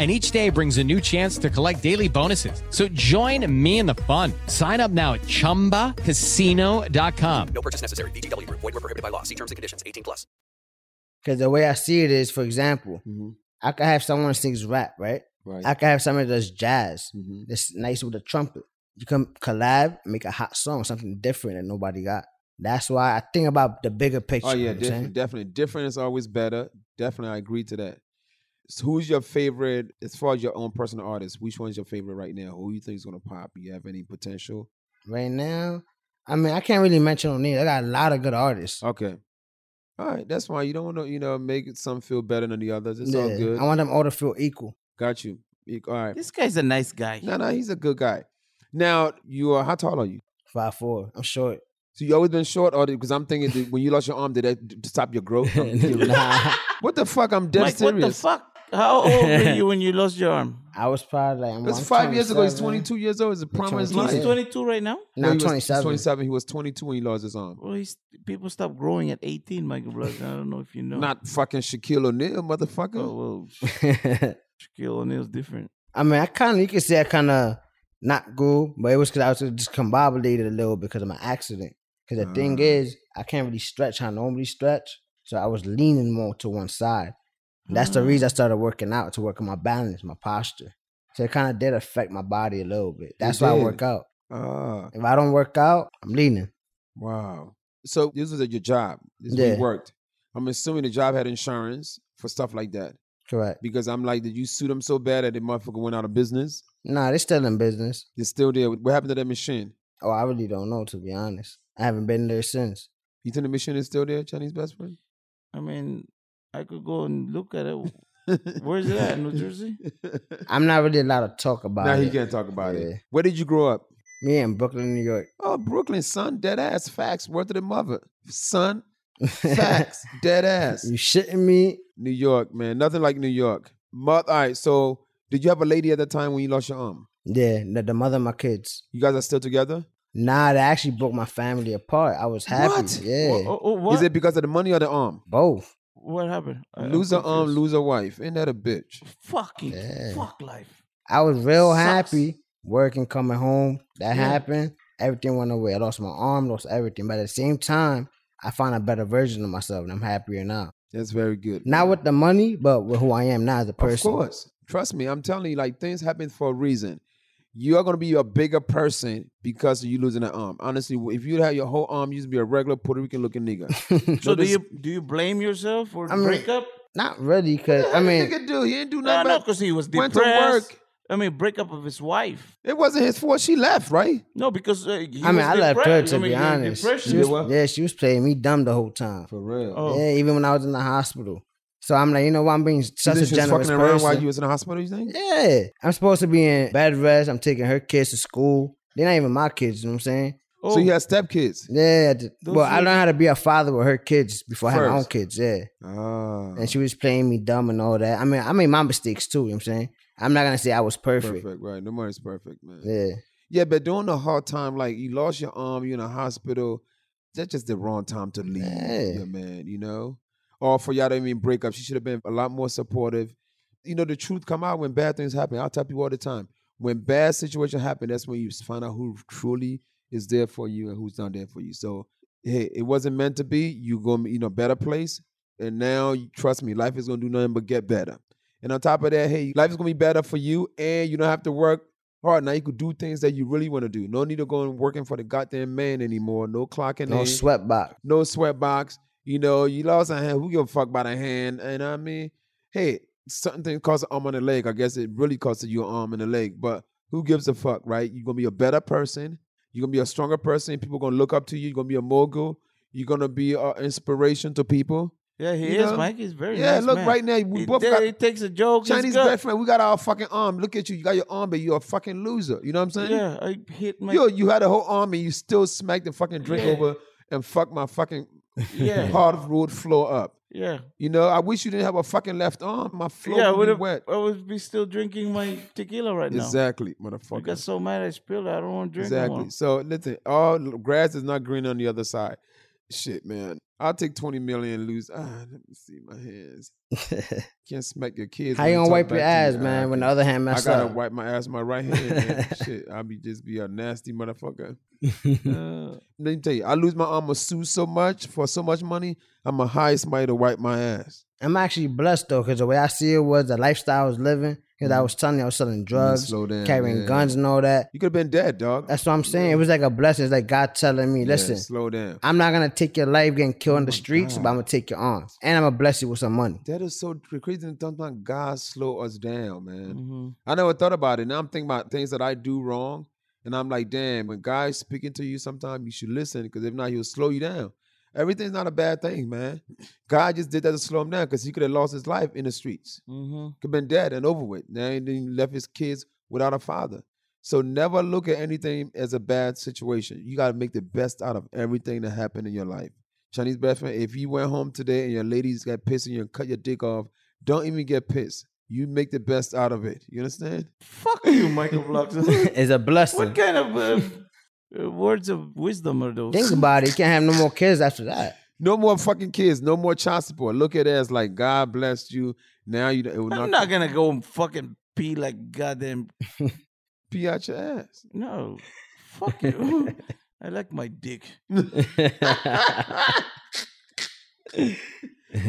S6: And each day brings a new chance to collect daily bonuses. So join me in the fun. Sign up now at chumbacasino.com.
S1: because the way I see it is, for example,
S2: Mhm.
S1: I could have someone sings rap, right?
S2: Right.
S1: I could have someone that does jazz.
S2: Mhm.
S1: That's nice with a trumpet. You can collab, make a hot song, something different that nobody got. That's why I think about the bigger picture.
S2: Oh yeah,
S1: you know what I'm
S2: definitely,
S1: saying?
S2: definitely. Different is always better. Definitely, I agree to that. So who's your favorite as far as your own personal artist? Which one's your favorite right now? Who you think is gonna pop? You have any potential?
S1: Right now, I mean, I can't really mention no name. I got a lot of good artists.
S2: Okay, all right, that's fine. You don't want to, you know, make some feel better than the others. It's all
S1: Yeah,
S2: good.
S1: I want them all to feel equal.
S2: Got you. You- All right.
S3: This guy's a nice guy.
S2: No, no, he's a good guy. Now you are. How tall are you?
S1: Five four. I'm short.
S2: So you always been short, or because I'm thinking that when you lost your arm, did that d- stop your growth? I'm kidding.
S1: Nah,
S2: what the fuck? I'm dead
S3: Mike,
S2: serious.
S3: what the fuck? How old were you when you lost your arm?
S1: I was probably like, I'm,
S2: That's
S1: I'm
S2: five years ago. He's
S1: 27.
S2: 22 years old. He's a prime of his
S1: 22.
S2: life.
S3: He's
S1: Yeah.
S3: 22 right now. Oh,
S1: Nah,
S2: No,
S1: I'm
S2: he was- he's
S1: 27.
S2: 27. He was 22 when he lost his arm.
S3: Well, he's, people stop growing at 18, Michael Blackson. I don't know if you know.
S2: Not fucking Shaquille O'Neal, motherfucker.
S3: Oh, well, Shaquille O'Neal's different.
S1: I mean, I kind of you could say I kind of not grew, but it was because I was discombobulated a little because of my accident. Because the thing
S2: Ah.
S1: is, I can't really stretch how I normally stretch, so I was leaning more to one side. And that's the
S2: Mm.
S3: Ah.
S1: reason I started working out to work on my balance, my posture. So it kind of did affect my body a little bit. That's why I
S2: did.
S1: work out.
S2: Ah,
S1: If I don't work out, I'm leaning.
S2: Wow. So this was at your job. This is where
S1: Yeah.
S2: you worked. I'm assuming the job had insurance for stuff like that.
S1: Correct.
S2: Because I'm like, did you sue them so bad that the motherfucker went out of business?
S1: Nah, they still in business.
S2: They're still there. What happened to that machine?
S1: Oh, I really don't know to be honest. I haven't been there since.
S2: You think the machine is still there, Chinese best friend?
S3: I mean, I could go and look at it. Where's it at? New Jersey?
S1: I'm not really allowed to talk about
S2: Now
S1: it.
S2: he can't talk about it. Where did you grow up?
S1: Me in Brooklyn, New York.
S2: Oh, Brooklyn, son, dead ass facts, worth of the mother, son, facts, dead ass.
S1: You shitting me?
S2: New York, man, nothing like New York. Mother, all right. So, did you have a lady at that time when you lost your arm?
S1: Yeah, the, the mother of my kids.
S2: You guys are still together?
S1: Nah, that actually broke my family apart. I was happy.
S2: What?
S1: Yeah.
S3: Oh, oh, oh, what?
S2: Is it because of the money or the arm?
S1: Both.
S3: what happened? I- I'm
S2: Lose a arm,
S3: confused.
S2: lose a wife. Ain't that a bitch?
S3: Fucking
S1: Yeah.
S3: fuck life.
S1: I was real
S3: Sucks.
S1: happy working, coming home. That
S3: Yeah.
S1: happened. Everything went away. I lost my arm, lost everything. But at the same time, I found a better version of myself and I'm happier now.
S2: That's very good.
S1: Not with the money, but with who I am now as a person.
S2: Of course. Trust me, I'm telling you, like things happen for a reason. You are gonna be a bigger person because of you losing an arm. Honestly, if you had your whole arm, you'd be a regular Puerto Rican looking nigga.
S3: So do
S2: this-
S3: you do you blame yourself for
S1: I mean,
S3: breakup?
S1: Not really, because I mean,
S2: nigga do. He didn't do
S3: No,
S2: nothing.
S3: no,
S2: but-
S3: because he was
S2: went
S3: depressed.
S2: to work.
S3: I mean, breakup of his wife.
S2: It wasn't his fault. She left, right?
S3: No, because uh, he
S1: I mean,
S3: was
S1: I left her
S3: depressed.
S1: to
S3: I mean,
S1: be
S3: he had
S1: honest.
S3: depression.
S1: She was- yeah, she was playing me dumb the whole time.
S2: For real.
S3: Oh.
S1: Yeah, even when I was in the hospital. So I'm like, you know what? I'm being such a
S2: she was
S1: generous
S2: fucking around while
S1: person.
S2: you was in the hospital. You think?
S1: yeah, I'm supposed to be in bed rest. I'm taking her kids to school. They're not even my kids. You know what I'm saying?
S2: So you had stepkids.
S1: Yeah. I did-
S3: Those
S1: well, I
S3: are-
S1: learned how to be a father with her kids before I had my own
S2: First.
S1: kids. Yeah.
S2: Ah,
S1: And she was playing me dumb and all that. I mean, I made my mistakes too. You know what I'm saying? I'm not gonna say I was perfect.
S2: perfect. Right. Nobody's perfect, man. Yeah.
S1: Yeah.
S2: but during the hard time, like you lost your arm, you're in the hospital. That's just the wrong time to leave,
S1: Yeah.
S2: yeah, man. You know, or for y'all to even break up, she should have been a lot more supportive. You know, the truth come out when bad things happen. I tell people all the time, when bad situation happen, that's when you find out who truly is there for you and who's not there for you. So, hey, it wasn't meant to be. You going you know better place, and now you- trust me, life is gonna do nothing but get better. And on top of that, hey, life is gonna be better for you, and you don't have to work hard. Now you could do things that you really want to do. No need to go and working for the goddamn man anymore. No clocking
S1: No
S2: in.
S1: sweat box.
S2: No sweat box. You know, you lost a hand. Who give a fuck about a hand? And I mean, hey, certain things cost an arm and a leg. I guess it really costed you an arm and a leg. But who gives a fuck, right? You're gonna be a better person. You're gonna be a stronger person. People gonna look up to you. You're gonna be a mogul. You're gonna be an inspiration to people.
S3: Yeah, he
S2: You
S3: is,
S2: know?
S3: Mike. He's very
S2: Yeah,
S3: nice
S2: look,
S3: man.
S2: right now, we
S3: he,
S2: both
S3: ta-
S2: got-
S3: he takes a joke. he's
S2: Chinese
S3: good.
S2: best friend, we got our fucking arm. Look at you. You got your arm, but you're a fucking loser. You know what I'm saying?
S3: Yeah, I hit my.
S2: Yo, you had a whole arm and you still smacked the fucking drink
S3: Yeah.
S2: over and fucked my fucking
S3: Yeah.
S2: hard road floor up.
S3: yeah,
S2: You know, I wish you didn't have a fucking left arm. My floor
S3: yeah. I
S2: would
S3: would
S2: be
S3: have.
S2: wet.
S3: I would be still drinking my tequila right now.
S2: Exactly,
S3: I got
S2: motherfucker.
S3: so mad I spilled. it. I don't want to drink no more.
S2: Exactly. So listen, all grass is not green on the other side. Shit, man. I'll take 20 million and lose. Ah, let me see my hands. Can't smack your kids.
S1: How
S2: when
S1: you gonna
S2: talk
S1: wipe your
S2: back
S1: ass,
S2: to me.
S1: man?
S2: Ah,
S1: When the
S2: okay.
S1: other hand
S2: I
S1: mess
S2: gotta
S1: up.
S2: wipe my ass with my right hand. man. Shit, I'll be just be a nasty motherfucker.
S3: Uh,
S2: Let me tell you, I lose my arm or sue so much for so much money. I'm a hire somebody to wipe my ass.
S1: I'm actually blessed though, because the way I see it was the lifestyle I was living. Because
S2: Mm.
S1: I was telling you, I was selling drugs,
S2: slow down,
S1: carrying
S2: yeah.
S1: guns, and all that.
S2: You could have been dead, dog.
S1: That's what I'm saying. It was like a blessing. It's like God telling me,
S2: Yeah,
S1: listen,
S2: slow down. Oh
S1: I'm not gonna take your life getting killed in the streets, but I'm gonna take your arms, and I'm gonna bless you with some money.
S2: That is so tr- crazy. And sometimes God slow us down, man. I never thought about it. Now I'm thinking about things that I do wrong, and I'm like, damn. When God's speaking to you, sometimes you should listen because if not, He'll slow you down. Everything's not a bad thing, man. God just did that to slow him down because he could have lost his life in the streets. Could have been dead and over with. Now he then left his kids without a father. So never look at anything as a bad situation. You got to make the best out of everything that happened in your life. Chinese best friend, if you went home today and your ladies got pissed and you cut your dick off, don't even get pissed. You make the best out of it. You understand?
S3: fuck you, Michael Blocks.
S1: It's a blessing.
S3: what kind of uh, uh, words of wisdom are those?
S1: Think about it. You can't have no more kids after that.
S2: No more fucking kids. No more child support. Look at it as like God blessed you. Now you it will
S3: I'm
S2: not,
S3: not gonna go and fucking pee like goddamn
S2: pee out your ass.
S3: no. Fuck you. I like my dick.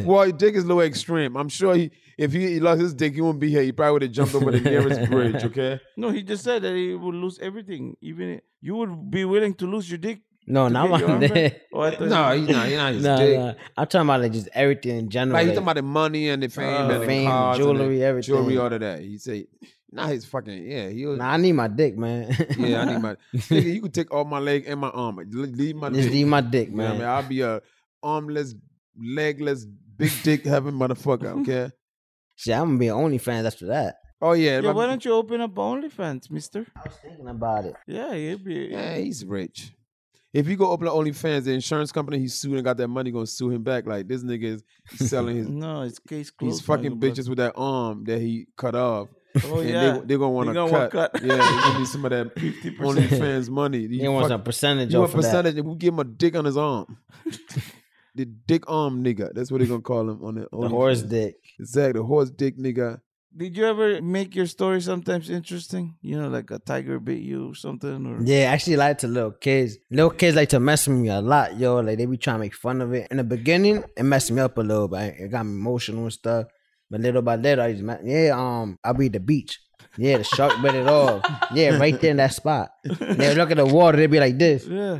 S2: well, your dick is a little extreme. I'm sure he, if he, he lost his dick, he wouldn't be here. He probably would have jumped over the nearest bridge. Okay.
S3: No, he just said that he would lose everything. Even you would be willing to lose your dick
S1: No, not
S3: get your
S1: my
S3: arm back?
S1: dick.
S3: Oh, I thought-
S2: No, he's not- he's not his
S1: Nah,
S2: dick.
S1: nah. I'm talking about like just everything in general.
S2: Like he's
S1: like-
S2: talking about the money and the fame
S1: Uh,
S2: and the
S1: fame,
S2: cars and the
S1: jewelry, everything.
S2: jewelry, all of that. He say, "Nah, he's fucking yeah." He was,
S1: nah, I need my dick, man.
S2: yeah, I need my nigga. You could take all my leg and my arm. Le- Leave my
S1: Just
S2: dick.
S1: leave my dick,
S2: You know what
S1: man.
S2: I mean, I'll be a armless, legless, big dick having motherfucker. I don't care.
S1: Shit, I'm gonna be an OnlyFans after that.
S2: Oh yeah,
S3: Yeah,
S2: my-
S3: why don't you open up OnlyFans, Mister?
S1: Thinking about it.
S3: Yeah, he'll be.
S2: yeah, he's rich. If you go open up OnlyFans, the insurance company he sued and got that money gonna sue him back. Like this nigga is selling his
S3: No, it's case closed.
S2: He's fucking
S3: Michael, but-
S2: bitches with that arm that he cut off.
S3: Oh,
S2: and
S3: yeah.
S2: they, they're gonna want
S3: They
S2: to
S3: gonna
S2: cut.
S3: want
S2: cut.
S3: cut.
S2: yeah, they gonna need some of that
S3: 50%.
S2: OnlyFans money. You
S1: He wants
S2: fuck-
S1: a percentage
S2: you want
S1: off of that.
S2: percentage. We give him a dick on his arm. the dick arm nigga. That's what they gonna call him on the,
S1: The horse
S2: OnlyFans.
S1: dick.
S2: Exactly, horse dick nigga.
S3: Did you ever make your story sometimes interesting? You know, like a tiger bit you or something, or
S1: Yeah, I actually like to little kids. Little kids like to mess with me a lot, yo. Like they be trying to make fun of it. In the beginning, it messed me up a little bit. It got me emotional and stuff. But little by little, I just met, yeah, um, I'll be at the beach. Yeah, the shark bit it off. Yeah, right there in that spot. They look at the water, they be like this.
S3: yeah,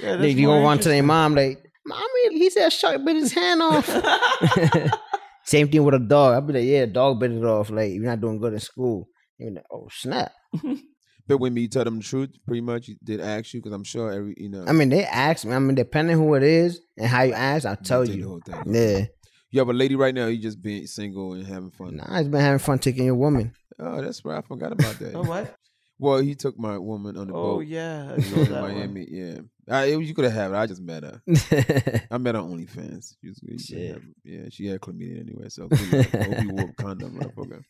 S3: yeah.
S1: They
S3: that's
S1: go
S3: more
S1: run to their
S3: interesting.
S1: mom like, Mommy, he said a shark bit his hand off. Same thing with a dog. I'll be like, yeah, dog bit it off. Like, you're not doing good in school. You be like, oh snap.
S2: But when you tell them the truth, pretty much you did ask you because I'm sure every you know.
S1: I mean, they ask me. I mean, depending who it is and how you ask, I'll tell
S2: take the
S1: you.
S2: whole thing.
S1: Yeah.
S2: you have a lady right now. You just being single and having fun.
S1: Nah, I've been having fun taking your woman.
S2: Oh, that's right. I forgot about that.
S3: Oh what?
S2: Well, he took my woman on the boat.
S3: Oh yeah, I
S2: You
S3: saw
S2: know, in
S3: that one.
S2: Miami, yeah. I, it was- you could have had it. I just met her. I met her on OnlyFans. She was, you coulda
S1: Shit.
S2: had- yeah, she had chlamydia anyway, so good luck. I hope you wore a condom, motherfucker.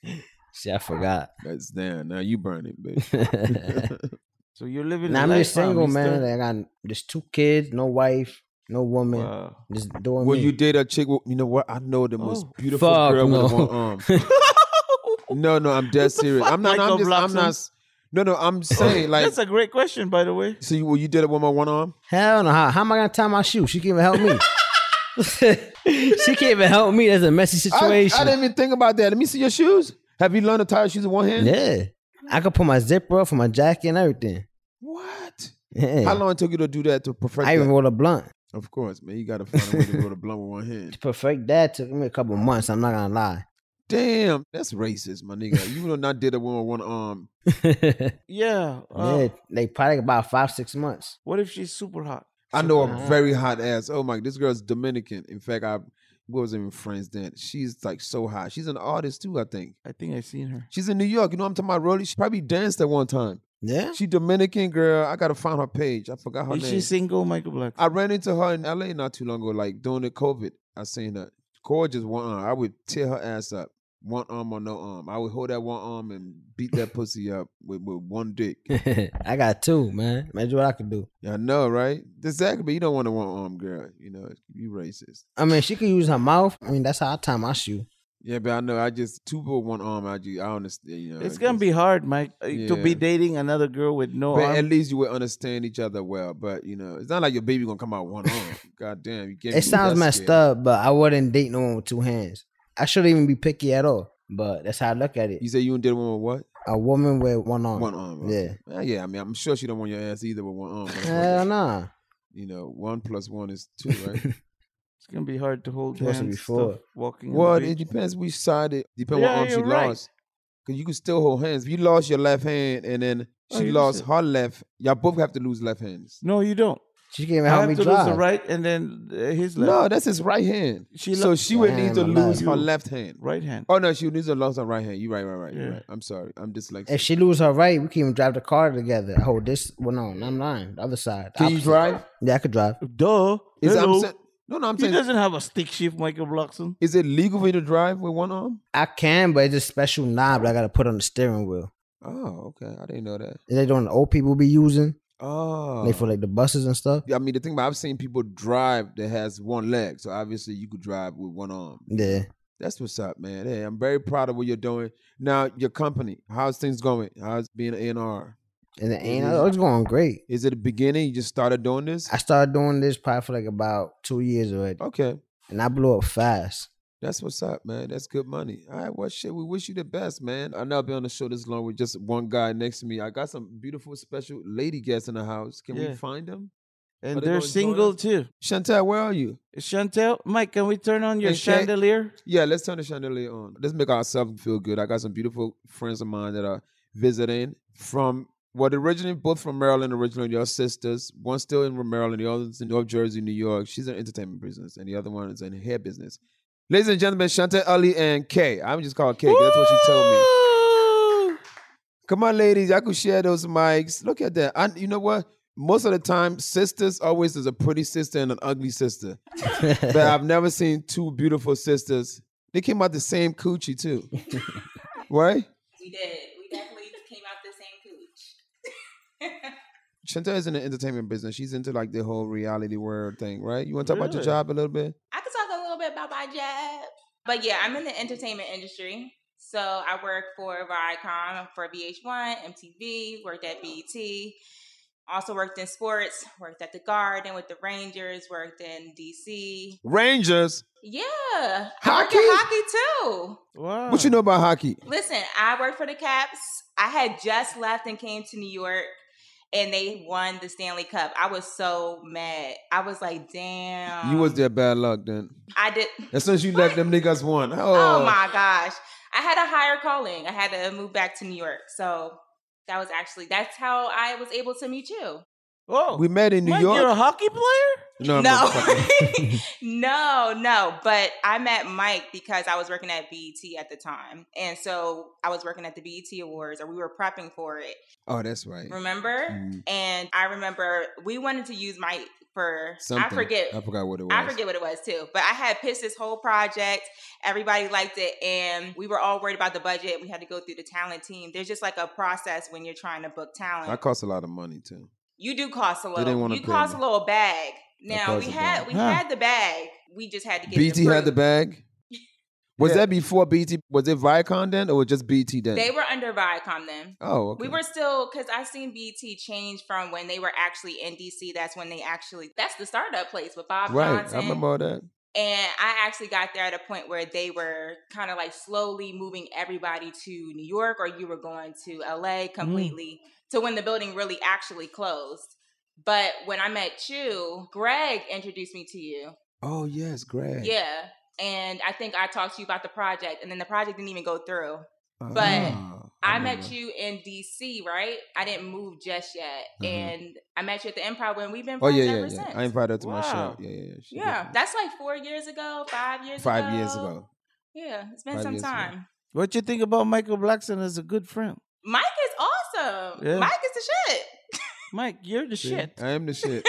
S1: See, I forgot.
S2: That's down. Now you burn it, bitch.
S3: So you're living.
S1: Nah,
S3: the
S1: I'm just
S3: life now,
S1: single, man.
S3: mister.
S1: Like, I got just two kids, no wife, no woman.
S3: Wow.
S1: Just doing
S2: Well,
S1: me.
S2: you date a chick. Well, you know what? I know the most
S3: Oh.
S2: beautiful
S1: Fuck
S2: girl with
S1: no.
S2: one arm. no, no, I'm dead serious.
S3: fuck,
S2: I'm not. I'm
S3: Michael
S2: just. I'm not.
S3: Blackson?
S2: s- No, no, I'm saying like.
S3: That's a great question, by the way.
S2: so you, well, you did it with my one arm?
S1: Hell no. How, how am I gonna tie my shoe? She can't even help me. she can't even help me. That's a messy
S2: I, I
S1: situation.
S2: didn't even think about that. Let me see your shoes. Have you learned to tie your shoes in one hand?
S1: yeah. I could put my zipper up for my jacket and everything.
S2: What?
S1: Yeah.
S2: How long it took you to do that to perfect
S1: I even
S2: that?
S1: rolled a blunt.
S2: Of course, man. You gotta find a way to roll a blunt with one hand.
S1: To perfect that took me a couple months. I'm not gonna lie.
S2: Damn, that's racist, my nigga. You would not did a woman with one arm.
S3: um Yeah. uh,
S1: yeah, like probably about five, six months.
S3: What if she's super hot?
S2: I know a very hot ass. Oh my, this girl's Dominican. In fact, I wasn't even friends then. She's like so hot. She's an artist too, I think.
S3: I think I've seen her.
S2: She's in New York. You know what I'm talking about, Rolly? She probably danced at one time.
S1: Yeah.
S2: She Dominican girl. I gotta find her page. I forgot her
S3: Is
S2: name.
S3: she single, Michael Black?
S2: I ran into her in LA not too long ago, like during the COVID. I seen her gorgeous one arm. I would tear her ass up, one arm or no arm. I would hold that one arm and beat that pussy up with, with one dick.
S1: I got two, man. Imagine what I could do.
S2: I know, right? Exactly. But you don't want a one arm girl. You know, you racist.
S1: I mean, she could use her mouth. I mean, that's how I tie my shoe.
S2: Yeah, but I know. I just two people, one arm. I just, I understand. You know,
S3: it's
S2: I
S3: gonna
S2: just-
S3: be hard, Mike, uh, to
S2: Yeah.
S3: be dating another girl with no
S2: But at
S3: arm.
S2: least you would understand each other well. But you know, it's not like your baby gonna come out one arm. God damn, you can't.
S1: It
S2: be
S1: sounds
S2: that
S1: messed
S2: scared.
S1: up, but I wouldn't date no one with two hands. I shouldn't even be picky at all. But that's how I look at it.
S2: You say you did one with what?
S1: A woman with one arm.
S2: One arm.
S1: Yeah.
S2: okay. Uh, Yeah. I mean, I'm sure she don't want your ass either with one arm. but
S1: Hell nah.
S2: You know, one plus one is two, right?
S3: It's gonna be hard to hold
S1: Supposed to be
S3: hands.
S1: four.
S3: Stuff, walking. on the
S2: well, it
S3: beach.
S2: depends which side it. Depends
S3: Yeah,
S2: what arm she
S3: you're right.
S2: lost. Cause you can still hold hands. If you lost your left hand and then
S3: Oh,
S2: she
S3: you
S2: lost
S3: said-
S2: her left, y'all both have to lose left hands.
S3: No, you don't.
S1: She can't even
S3: I
S1: help
S3: have
S1: me
S3: to
S1: drive.
S3: lose the right and then uh, his left.
S2: No, that's his right hand.
S3: She
S2: so
S3: lo-
S2: she would need to
S1: Damn, I
S2: lose her
S3: lied.
S2: left hand.
S3: right hand.
S2: Oh no, she would need to lose her right hand. You right, right, right. you
S3: Yeah.
S2: right. I'm sorry. I'm dyslexic.
S1: If she lose her right, we can even drive the car together. I hold this one on. I'm lying. The other side.
S2: Can you
S1: Opposite.
S2: drive?
S1: Yeah, I could drive.
S3: Duh.
S2: Is I'm
S3: Hello.
S2: sa- no, no. I'm
S3: he
S2: saying,
S3: doesn't have a stick shift, Michael Blockson.
S2: is it legal for you to drive with one arm?
S1: I can, but it's a special knob that I gotta put on the steering wheel.
S2: Oh, okay. I didn't know that.
S1: They don't the old people be using.
S2: Oh,
S1: They for like the buses and stuff.
S2: Yeah, I mean, the thing about I've seen people drive that has one leg, so obviously you could drive with one arm.
S1: Yeah.
S2: That's what's up, man. Hey, I'm very proud of what you're doing. Now, your company, how's things going? How's being an A&R?
S1: And it ain't it's going great.
S2: Is it the beginning? You just started doing this?
S1: I started doing this probably for like about two years already.
S2: Okay,
S1: And I blew up fast.
S2: that's what's up, man. That's good money. All right, well, shit, we wish you the best, man. I know I've been on the show this long with just one guy next to me. I got some beautiful special lady guests in the house. Can we
S3: Yeah.
S2: find them?
S3: And
S2: Are Oh, they
S3: they're
S2: gonna join
S3: single
S2: us?
S3: too.
S2: Chantel, where are you?
S3: Chantel, Mike, can we turn on your
S2: And Shan-
S3: chandelier?
S2: Yeah, let's turn the chandelier on. um, Let's make ourselves feel good. I got some beautiful friends of mine that are visiting from what originally both from Maryland originally. Your sisters, one still in Maryland, the other's in North Jersey, New York. She's in entertainment business, and the other one is in hair business. Ladies and gentlemen, Chantel Ali and Kay. I'm just called Kay. 'cause That's what she told me. Come on, ladies, I could share those mics. Look at that. And you know what? Most of the time, sisters always is a pretty sister and an ugly sister. but I've never seen two beautiful sisters. They came out the same coochie too, right?
S7: We did. We definitely came out the same cooch.
S2: Chantel is in the entertainment business. She's into like the whole reality world thing, right? You want to talk about your
S7: Really?
S2: job a little bit?
S7: I could talk a little bit about my job. But yeah, I'm in the entertainment industry. So I work for Viacom, for VH1, MTV, worked at BET, also worked in sports, worked at the Garden with the Rangers, worked in DC.
S2: Rangers.
S7: Yeah. I worked in hockey too.
S3: Wow.
S2: What you know about hockey?
S7: Listen, I worked for the Caps. I had just left and came to New York, and they won the Stanley Cup. I was so mad. I was like, damn.
S2: You was their bad luck then.
S7: I did.
S2: As soon as you left, them niggas won.
S7: Oh. my gosh. I had a higher calling. I had to move back to New York. So that was actually, that's how I was able to meet you.
S3: Oh,
S2: We met in New York.
S3: hockey player?
S2: No,
S7: No.
S2: motherfucker.
S7: No, no, but I met Mike because I was working at BET at the time. And so I was working at the BET Awards, or we were prepping for it.
S2: Oh, that's right.
S7: Remember?
S2: Mm.
S7: And I remember we wanted to use Mike for I
S2: Something.
S7: forget
S2: I forgot what it was.
S7: I forget what it was too. But I had pitched this whole project. Everybody liked it and we were all worried about the budget. We had to go through the talent team. There's just like a process when you're trying to book talent.
S2: That costs a lot of money too.
S7: You do cost a little.
S2: didn't wanna
S7: you
S2: pay
S7: cost
S2: me.
S7: a little bag.
S2: That
S7: Now
S2: cost
S7: we
S2: a
S7: had
S2: bag.
S7: we
S2: Huh.
S7: had the bag. We just had to get
S2: BT
S7: it
S2: had the
S7: approved.
S2: bag. Was that before BT? Was it Viacom then, or was just BT then?
S7: They were under Viacom then.
S2: Oh, okay.
S7: We were still because I seen BT change from when they were actually in DC. That's when they actually that's the startup place with Bob
S2: right.
S7: Johnson.
S2: I remember all that.
S7: And I actually got there at a point where they were kind of like slowly moving everybody to New York, or you were going to LA
S2: Mm.
S7: completely to when the building really actually closed. But when I met you, Greg introduced me to you.
S2: Oh yes, Greg.
S7: Yeah. And I think I talked to you about the project, and then the project didn't even go through. But
S2: Oh,
S7: I, met you in DC, right? I didn't move just yet.
S2: Mhm.
S7: And I met you at the Empire when we've been
S2: Oh
S7: friends
S2: yeah, yeah,
S7: ever
S2: yeah.
S7: since.
S2: I invited her to my
S7: Wow.
S2: show. Yeah, yeah, yeah. She did.
S7: Yeah, that's like four years ago, five years ago.
S2: Five years ago.
S7: Yeah, it's been
S3: Five
S7: some
S3: years ago.
S7: time.
S3: What you think about Michael Blackson as a good friend?
S7: Mike is awesome.
S3: Yeah.
S7: Mike is the shit.
S3: Mike, you're the
S2: See?
S3: shit.
S2: I am the shit.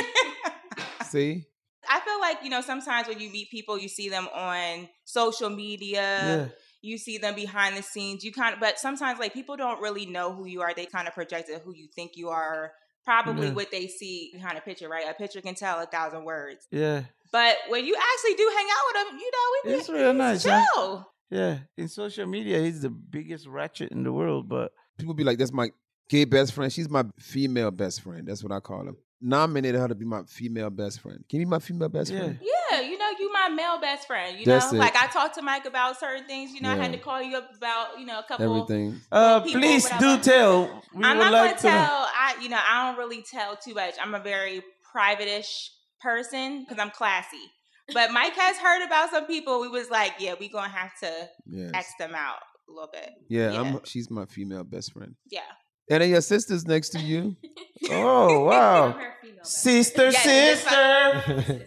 S2: See,
S7: I feel like, you know, sometimes when you meet people, you see them on social media.
S2: Yeah.
S7: You see them behind the scenes. You kind of, but sometimes like people don't really know who you are. They kind of project it who you think you are. Probably
S3: Yeah.
S7: what they see behind a picture, right? A picture can tell a thousand words.
S3: Yeah.
S7: But when you actually do hang out with them, you know, we
S3: It's real nice,
S7: Chill.
S3: huh? Yeah. In social media, he's the biggest ratchet in the world, but
S2: people be like, "That's my gay best friend." She's my female best friend. That's what I call her. Nominated her to be my female best friend. Can you be my female best friend?
S7: Yeah, you know, you my male best friend. You
S2: That's
S7: know,
S2: it.
S7: like I talked to Mike about certain things. You know, I had
S2: Yeah.
S7: to call you up about you know a couple.
S2: Everything.
S3: uh,
S7: people,
S3: please do
S7: whatever.
S3: tell. We
S7: I'm
S3: would
S7: not
S3: like to.
S7: gonna tell. I you know I don't really tell too much. I'm a very private-ish person because I'm classy. But Mike has heard about some people. We was like, yeah, we gonna have to
S2: Yes.
S7: x them out a little bit.
S2: Yeah, I'm. She's my female best friend.
S7: Yeah.
S2: And then your sister's next to you.
S3: Oh wow, sister, sister.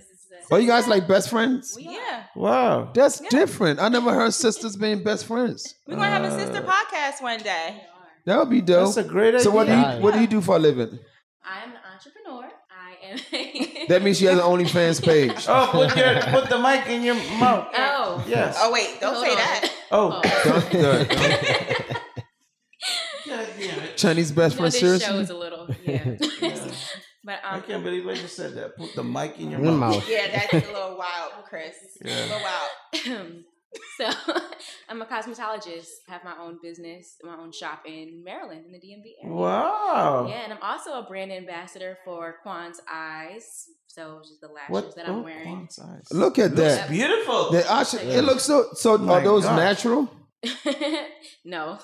S2: oh, you guys like best friends?
S7: Yeah,
S3: Wow,
S2: That's different. I never heard sisters being best friends. Uh,
S7: we're gonna have a sister podcast one day.
S2: That would be dope.
S3: That's a great
S2: So what do
S3: idea.
S2: you what do you do for a living?
S7: I'm an entrepreneur. I am.
S2: That means she has an OnlyFans page.
S3: Oh, put your put the mic in your mouth.
S7: Oh.
S3: Yes.
S7: Oh wait, don't say that.
S3: Oh,
S2: Don't- don't- Chinese best friend, seriously?
S7: a little. Yeah. but um,
S3: I can't believe I just said that. Put the mic in your
S2: Your
S3: mouth.
S2: mouth.
S7: Yeah, that's a little wild, Chris.
S3: Yeah.
S7: A little wild.
S8: so I'm a cosmetologist. I have my own business, my own shop in Maryland in the DMV area.
S3: Wow.
S8: Yeah, and I'm also a brand ambassador for Quan's Eyes. So just the lashes
S3: What?
S8: that I'm
S3: oh,
S8: wearing.
S3: Quan's eyes.
S2: Look at
S3: Looks
S2: that.
S3: Beautiful.
S2: They actually, It looks so. So
S3: My
S2: are those
S3: gosh.
S2: natural?
S8: no.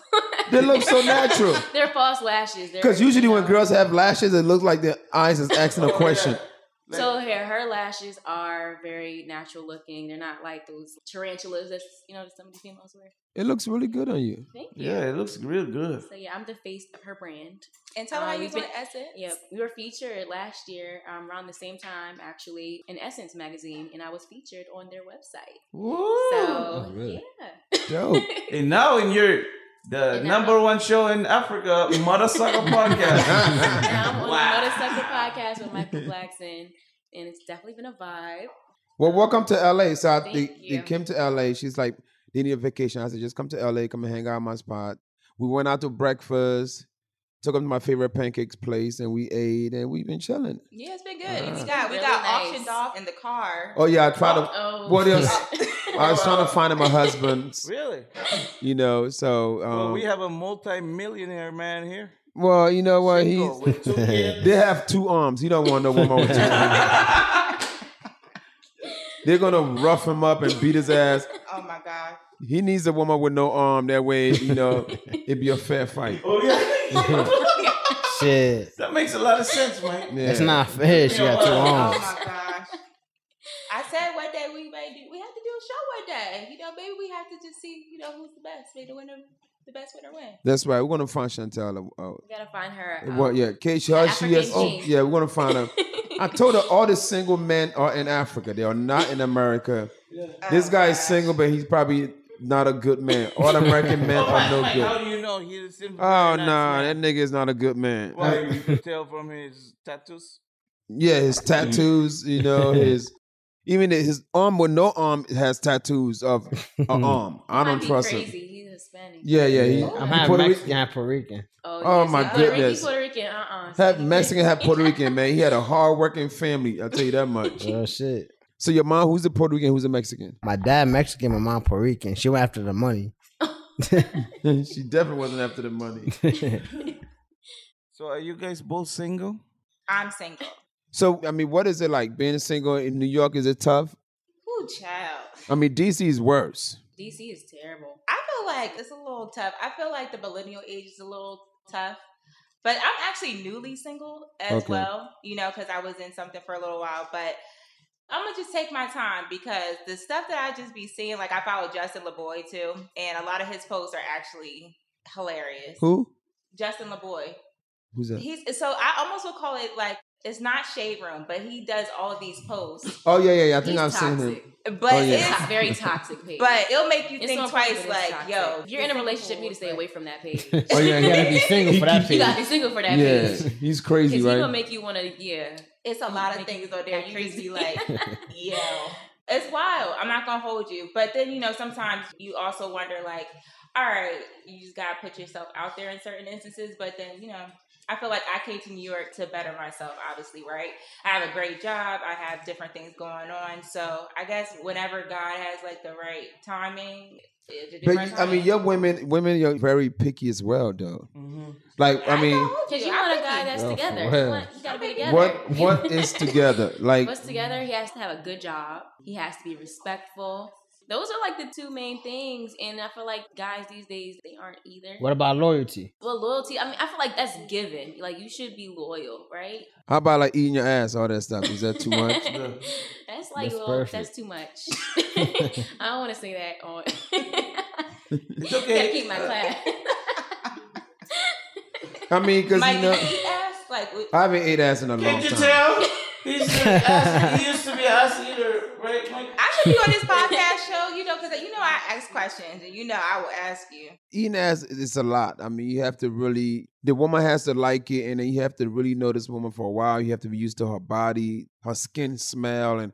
S2: They look so natural.
S8: They're false lashes. They're-
S2: Because usually when girls have lashes, it looks like their eyes is asking a question.
S8: So hair. Her lashes are very natural looking. They're not like those tarantulas that you know some of these females wear.
S2: It looks really good on you.
S8: Thank you.
S3: Yeah, it looks real good.
S8: So yeah, I'm the face of her brand. Uh,
S7: And tell her how you
S8: we've
S7: was on
S8: been-
S7: Essence.
S8: Yeah, we were featured last year um, around the same time, actually, in Essence magazine, and I was featured on their website. So
S3: Oh, really?
S8: yeah,
S2: Dope.
S3: and now in your the number one show in Africa, Mother Sucker Podcast.
S8: now I'm on
S3: Wow.
S8: the Motorcycle Podcast with Michael Blackson, and it's definitely been a vibe.
S2: Well, welcome to LA. So I, they,
S8: Thank
S2: they
S8: you.
S2: came to LA. She's like, they need a vacation. I said, just come to LA, come and hang out at my spot. We went out to breakfast, took them to my favorite pancakes place, and we ate, and we've been chilling.
S7: Yeah, it's been good.
S2: Uh-huh.
S7: we got we
S8: Really
S7: got
S8: nice.
S7: auctioned off in the car.
S2: Oh yeah, I tried to.
S8: Oh.
S2: What else? I was trying to find my husband's.
S3: Really?
S2: You know, so um,
S3: well, we have a multi-millionaire man here.
S2: Well, you know what? He's
S3: with two kids.
S2: they have two arms. He don't want no woman with two arms. They're gonna rough him up and beat his ass.
S7: Oh my god.
S2: He needs a woman with no arm. That way, you know, it'd be a fair fight.
S3: Oh yeah.
S1: Shit.
S3: that makes a lot of sense, man.
S2: Yeah.
S1: That's not fair. She got two
S7: Oh
S1: arms.
S7: my gosh. I said one day we may do we have to do a show one day. You know, maybe we have to just see, you know, who's the best. Maybe the winner the best winner win.
S2: That's right. We're gonna find Chantel. Uh,
S8: We gotta find her. um,
S2: uh,
S7: um,
S2: what? Yeah, Kate. She, she has.
S8: African
S2: Oh,
S8: Jean.
S2: yeah. We're gonna find her. I told her all the single men are in Africa. They are not in America. This guy is single, but he's probably not a good man. All American men
S3: Oh,
S2: are
S3: Mike,
S2: no
S3: Mike,
S2: good.
S3: how do you know he's sinful?
S2: Oh no, that nigga is not a good man.
S3: Why you can tell from his tattoos?
S2: yeah, his tattoos, you know, his even his arm with no arm has tattoos of an arm. I don't
S8: Might be
S2: trust
S8: crazy.
S2: him.
S8: He's Hispanic.
S2: Yeah, yeah, he,
S1: I'm
S2: he
S1: half
S2: Puerto
S1: Mexican,
S2: Rican.
S1: half Puerto Rican.
S8: Oh,
S2: Oh,
S8: yes.
S2: my
S8: Puerto Rican,
S2: goodness.
S8: Puerto Rican. Uh uh
S2: Half Mexican, half Puerto Rican, man. He had a hard working family. I'll tell you that much.
S1: Oh shit.
S2: So your mom, who's a Puerto Rican, who's a Mexican?
S1: My dad Mexican, my mom Puerto Rican. She went after the money.
S2: she definitely wasn't after the money.
S3: So are you guys both single?
S7: I'm single.
S2: So I mean, what is it like being single in New York? Is it tough?
S7: Ooh, child.
S2: I mean, DC is worse.
S8: DC is terrible.
S7: I feel like it's a little tough. I feel like the millennial age is a little tough. But I'm actually newly single as
S2: Okay.
S7: well, you know, because I was in something for a little while. But I'm gonna just take my time because the stuff that I just be seeing, like I follow Justin LeBoy too, and a lot of his posts are actually hilarious.
S2: Who?
S7: Justin LeBoy.
S2: Who's that?
S7: He's so I almost would call it like it's not shade room, but he does all of these posts.
S2: Oh yeah, yeah, yeah. I think
S8: He's
S2: I've seen him.
S8: toxic.
S7: But
S2: Oh, yeah.
S8: It's
S7: it's
S8: very toxic page.
S7: but it'll make you
S8: It's
S7: think
S8: on
S7: twice,
S8: purpose,
S7: like,
S8: it's toxic.
S7: yo,
S8: if you're in a relationship, you need to stay away from that page. you
S1: Oh yeah, you gotta be single for
S8: gotta
S1: that page.
S8: be single for that
S2: Yeah,
S8: page.
S2: he's
S8: Because
S2: crazy,
S8: he's gonna
S2: right?
S8: make you wanna, yeah.
S7: it's a lot of
S8: Make
S7: things
S8: you
S7: on there.
S8: act
S7: You just be
S8: crazy.
S7: like, yo, it's wild. I'm not gonna hold you. But then you know, sometimes you also wonder, like, all right, you just gotta put yourself out there in certain instances. But then you know, I feel like I came to New York to better myself. Obviously, right? I have a great job. I have different things going on. So I guess whenever God has like the right timing. it's a
S2: But
S7: different
S2: you- I mean,
S7: timing.
S2: your women, women are very picky as well, though. Like, I,
S7: I
S2: mean,
S7: told
S8: Because you want a guy that's
S2: Oh,
S8: together. You,
S2: well.
S8: want, you gotta be together.
S2: what what is together? Like,
S8: What's together? He has to have a good job. He has to be respectful. Those are like the two main things, and I feel like guys these days they aren't either.
S1: What about loyalty?
S8: Well, loyalty. I mean, I feel like that's given. Like you should be loyal, right?
S2: how about like eating your ass, all that stuff? Is that too much?
S8: that's like
S1: That's
S8: well,
S1: perfect.
S8: that's too much. I don't want to say that on. it's okay. Gotta keep my class.
S2: I mean, because
S7: Mike,
S2: you know,
S7: did he ask like, what-
S2: I haven't ate ass in a long
S3: Can't you
S2: time.
S3: tell? He's an
S2: Uh,
S3: ass, he used to be an ass eater, right, Mike?
S7: I should be on this podcast show, you know, because you know I ask questions, and you know I will ask you.
S2: Eating ass is a lot. I mean, you have to really the woman has to like it, and then you have to really know this woman for a while. You have to be used to her body, her skin smell, and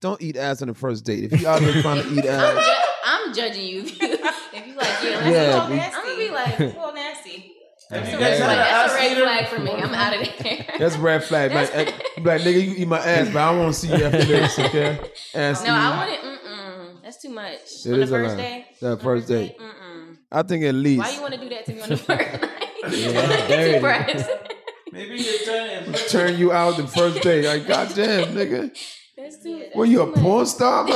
S2: don't eat ass on the first date. If you out there trying to eat
S8: I'm,
S2: ass,
S8: ju- I'm judging you if you if you like yeah. That's
S2: Yeah,
S8: a
S7: Well,
S8: little-
S2: be-
S7: nasty.
S8: I'm gonna be like,
S7: It's a little nasty.
S3: Have you
S8: that's,
S3: guys
S8: a,
S3: had
S8: like,
S3: an
S8: that's a
S3: ass
S8: red
S3: eater?
S8: flag for me. I'm out of there.
S2: that's red flag. Like, eh, like nigga, you eat my ass, but I won't see you after this. Okay, ass.
S8: No,
S2: eating.
S8: I wouldn't. Mm-mm. That's too much.
S2: It
S8: on
S2: is a
S8: the first
S2: lot.
S8: day.
S2: Yeah,
S8: On the
S2: first day.
S8: Mm-mm.
S2: I think at
S8: Why
S2: least
S8: you want to do that to me on the first night?
S1: dirty.
S8: Surprise.
S3: Maybe you're trying to
S2: turn you out the first day. Like, goddamn, nigga.
S8: That's too.
S2: Well, you a porn star?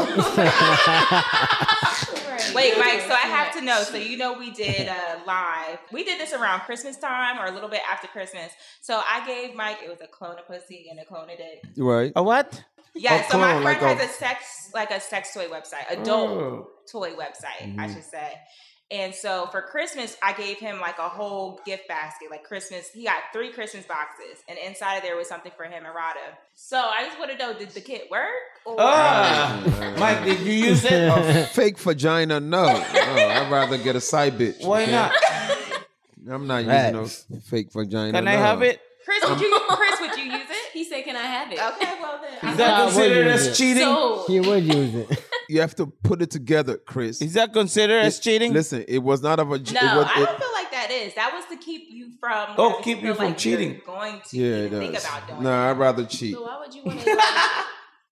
S7: Wait, Mike. So I have to know. So you know, we did uh, live. We did this around Christmas time or a little bit after Christmas. So I gave Mike. It was a clone of pussy and a clone of dick.
S2: right.
S3: A what?
S2: Oh,
S7: Yeah.
S3: A
S7: so my
S3: clone,
S7: friend
S3: like a-
S7: has a sex, like a sex toy website, adult
S3: Oh.
S7: toy website, I
S2: Mm-hmm.
S3: Mhm.
S7: should say. And so for Christmas, I gave him like a whole gift basket, like Christmas. He got three Christmas boxes, and inside of there was something for him, Errata. So I just want to know, did the kit work? Or
S3: Ah, Mike, did you use it?
S2: A
S3: Oh,
S2: fake vagina? No. No, I'd rather get a side bitch.
S3: Why not?
S2: I'm not using
S3: Facts.
S2: no fake vagina.
S3: Can I
S2: no.
S3: have it?
S7: Chris, would you Chris, would you use it?
S8: He said, "Can I have it?"
S7: Okay, well then.
S3: Is that considered as cheating?
S8: So,
S2: would use it. You have to put it together, Chris. Is
S3: that considered
S2: as cheating? Listen, it was not of a.
S7: No, I don't feel like that is. That was to keep you from.
S2: Oh,
S7: having to
S2: keep you
S7: feel
S2: from
S7: like
S2: cheating.
S7: You're going to
S2: yeah, it
S7: even think
S2: does.
S7: about doing.
S2: No, I'd rather cheat.
S8: so why would you want to like,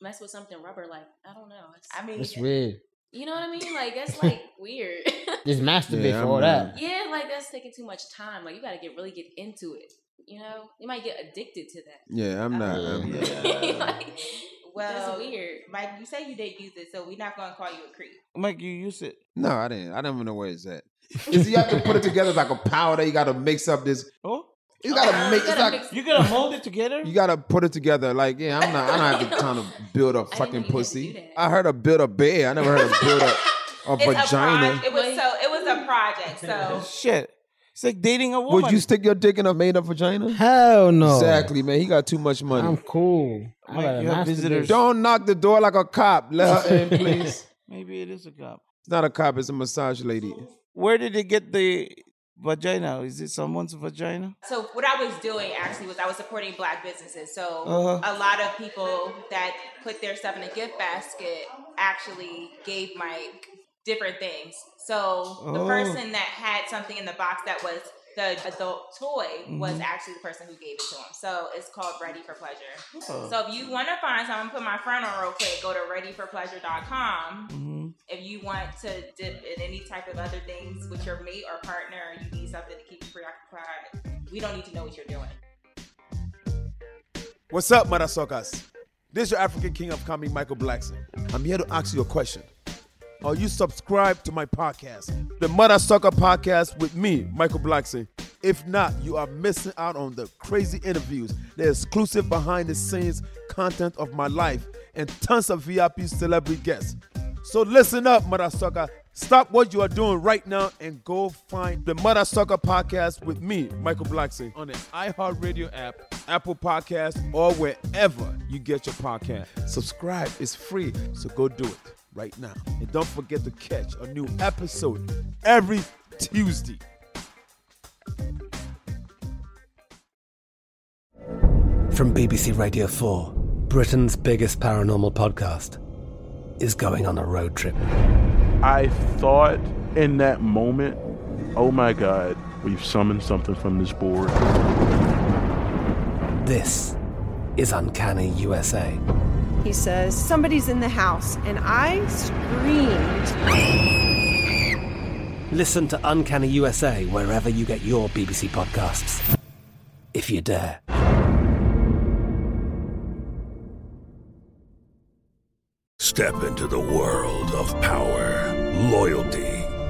S8: mess with something rubber? Like I don't know. It's,
S7: I mean,
S1: That's weird.
S8: you know what I mean? Like that's like weird.
S1: Just masturbate
S2: Yeah,
S1: for
S2: I'm
S1: all that.
S8: yeah, like that's taking too much time. Like you got to get really get into it. You know, you might get addicted to that.
S2: Yeah, I'm not. I'm not.
S8: like,
S7: Well,
S8: that's weird.
S7: Mike, you say you didn't use it, so we're not going to call you a creep.
S3: Mike, you use it.
S2: No, I didn't. I don't even know where it's at. You see, you have to put it together like a powder. You got to mix up this.
S3: Oh,
S2: you gotta make.
S8: Uh, You
S2: it's
S8: gotta
S2: like
S8: mix-
S3: You gotta mold it together.
S2: you gotta put it together. Like, yeah, I'm not. I don't have the time to build a fucking pussy. I heard a build a bear. I never heard a build a, a
S7: It's
S2: vagina.
S7: A pro- it was so. It was a project. So
S3: Shit. It's like dating a woman.
S2: Would you stick your dick in a made up vagina?
S1: Hell no.
S2: Exactly, man. He got too much money.
S1: I'm cool. I
S3: Mike,
S1: gotta
S3: you have
S1: masturbate.
S3: visitors.
S2: Don't knock the door like a cop. Let her in, please.
S3: Maybe it is a cop.
S2: It's not a cop. It's a massage lady.
S3: Where did they get the vagina? Is it someone's vagina?
S7: So what I was doing actually was I was supporting black businesses. So a
S3: Uh-huh.
S7: lot of people that put their stuff in a gift basket actually gave Mike different things. So the
S3: Oh.
S7: person that had something in the box that was the adult toy was
S3: Mhm.
S7: actually the person who gave it to him. So it's called Ready for Pleasure.
S3: Oh.
S7: So if you want to find something, I'm gonna put my friend on real quick. Go to readyforpleasure.com
S2: Mm-hmm.
S7: if you want to dip in any type of other things with your mate or partner, you need something to keep you preoccupied. We don't need to know what you're doing.
S4: What's up, Madasokas? This is your African King of Comedy, Michael Blackson. I'm here to ask you a question. Are you subscribed to my podcast, the Mother Sucker Podcast with me, Michael Blackson? If not, you are missing out on the crazy interviews, the exclusive behind the scenes content of my life, and tons of VIP celebrity guests. So listen up, Mother Sucker. Stop what you are doing right now and go find the Mother Sucker Podcast with me, Michael Blackson, on the iHeartRadio app, Apple Podcast, or wherever you get your podcast. Subscribe, it's free, so go do it right now. And don't forget to catch a new episode every Tuesday.
S5: From BBC Radio 4, Britain's biggest paranormal podcast is going on a road trip.
S9: I thought in that moment, oh my God, we've summoned something from this board.
S5: This is Uncanny USA.
S10: He says, Somebody's in the house. And I screamed.
S5: Listen to Uncanny USA wherever you get your BBC podcasts, if you dare.
S11: Step into the world of power, loyalty,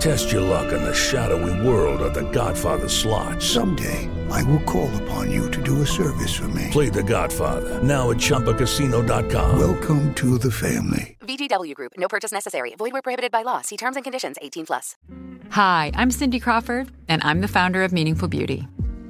S11: Test your luck in the shadowy world of The Godfather slot.
S12: Someday, I will call upon you to do a service for me.
S11: Play The Godfather now at ChumbaCasino.com.
S12: Welcome to the family.
S13: VGW Group. No purchase necessary. Void where prohibited by law. See terms and conditions. 18 plus.
S14: Hi, I'm Cindy Crawford, and I'm the founder of Meaningful Beauty.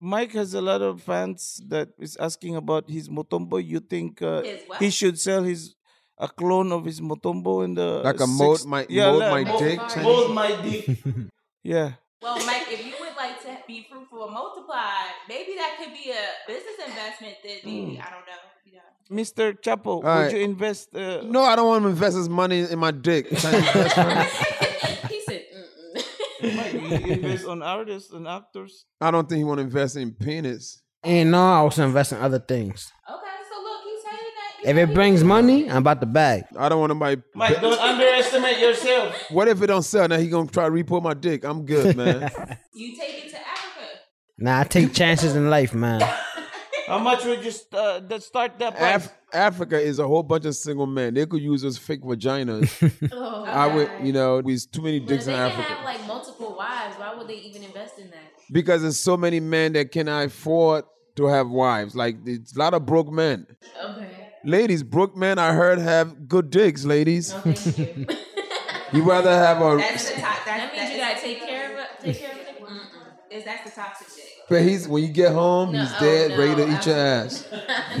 S3: Mike has a lot of fans that is asking about his motombo. You think uh,
S7: His what?
S3: he should sell his a clone of his Motombo in the
S2: Like a mold my- mold my dick type?
S3: mold my dick. yeah.
S7: Well, Mike, if you would like to be fruitful and multiply, maybe that could be a business investment that
S3: Hmm.
S7: maybe, I don't know, you know.
S3: Mr. Chapo, would
S2: right.
S3: you invest? Uh,
S2: No, I don't want to invest his money in my dick. Chinese best friend.
S7: he said,
S3: Mike, you invest on artists and actors.
S2: I don't think he want to invest in penis.
S1: And no, I also invest in other things.
S7: Okay, so look, he's saying that.
S1: If it brings money, I'm about to bag.
S2: I don't want nobody.
S3: Mike, don't underestimate yourself.
S2: What if it don't sell? Now he gonna try to repo my dick. I'm good, man.
S7: You take it to Africa.
S1: Nah, I take chances in life, man.
S3: How much would you st- uh, that start that price?
S2: Af- Africa is a whole bunch of single men. They could use those fake vaginas.
S8: Oh,
S2: I would, you know, there's too many
S8: But if
S2: dicks
S8: they
S2: in
S8: can
S2: Africa.
S8: have like multiple wives, why would they even invest in that?
S2: because there's so many men that cannot afford to have wives. Like it's a lot of broke men.
S8: Okay.
S2: Ladies, broke men I heard have good dicks, ladies.
S8: Oh,
S2: you. rather have
S7: That's
S2: a
S7: the top. That's,
S8: That means you gotta take care of it. Take care of it.
S7: Is that's the toxic shit?
S2: but he's when you get home, he's
S8: No,
S2: dead,
S8: no,
S2: ready to eat your ass.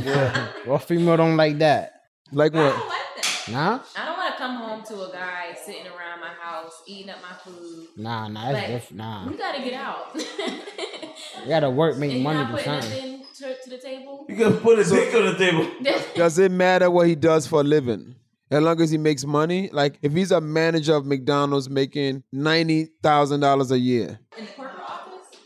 S1: yeah. Well, female don't like that.
S2: Like what?
S1: Nah,
S8: I don't want to come home to a guy sitting around my house eating up my food.
S1: nah, nah. That's
S8: Like,
S1: different. Nah,
S8: We gotta get out.
S1: you gotta work, make
S8: You're
S1: money,
S8: not
S1: do
S8: putting
S1: something.
S8: nothing to, to the table.
S3: put his dick on the table.
S2: Does it matter what he does for a living? As long as he makes money, like if he's a manager of McDonald's making ninety thousand dollars a year,
S7: In the corporate office?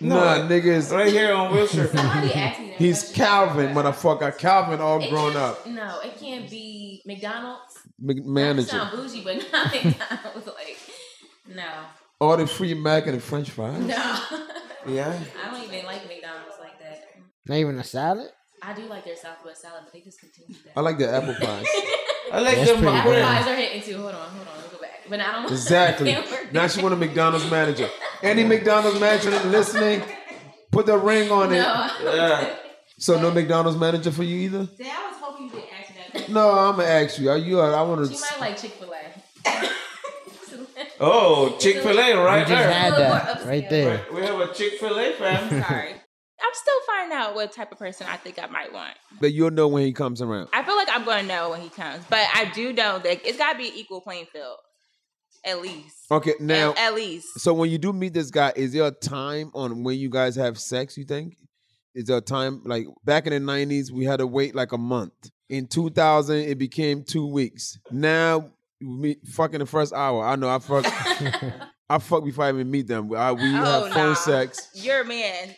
S2: no, nah, niggas,
S3: right here on Wilshire.
S8: Somebody asked me that.
S2: He's Calvin, motherfucker. Calvin, all
S8: It
S2: grown
S8: can't-
S2: up,
S8: No, it can't be McDonald's.
S2: Mc-
S8: It
S2: manager.
S8: sound bougie, but not McDonald's. Like, no,
S2: All the free mac and the French fries.
S8: no.
S2: Yeah.
S8: I don't even like McDonald's like that.
S1: Not even a salad.
S8: I do like their Southwest salad, but they discontinued that.
S2: I like the apple pies.
S3: I like
S2: That's
S3: them.
S2: pretty
S8: Apple
S2: good.
S8: pies are hitting too. Hold on, hold on, let me go back. But I don't
S2: Exactly.
S8: they were-
S2: Now she want a McDonald's manager. Any McDonald's manager listening, put the ring on
S8: No.
S2: it. So no McDonald's manager for you either.
S7: See, I was hoping you didn't ask me that.
S2: No, I'm gonna ask you. Are you? I want
S8: She
S2: to.
S8: might like Chick Fil A.
S3: Oh, Chick Fil A, right
S2: We just
S3: there.
S2: had that,
S1: right there.
S3: Right, We have a Chick Fil A fam.
S7: Sorry. I'm still finding out what type of person I think I might want.
S2: But you'll know when he comes around.
S7: I feel like I'm going to know when he comes, but I do know that it's got to be an equal playing field, at least.
S2: Okay, now.
S7: at least.
S2: So when you do meet this guy, is there a time on when you guys have sex? You think is there a time like back in the nineties we had to wait like a month. In two thousand, it became two weeks. Now we meet fucking the first hour. I know I fuck. I fuck before I even meet them. I, we
S7: Oh,
S2: have phone
S7: nah.
S2: sex.
S7: You're a man.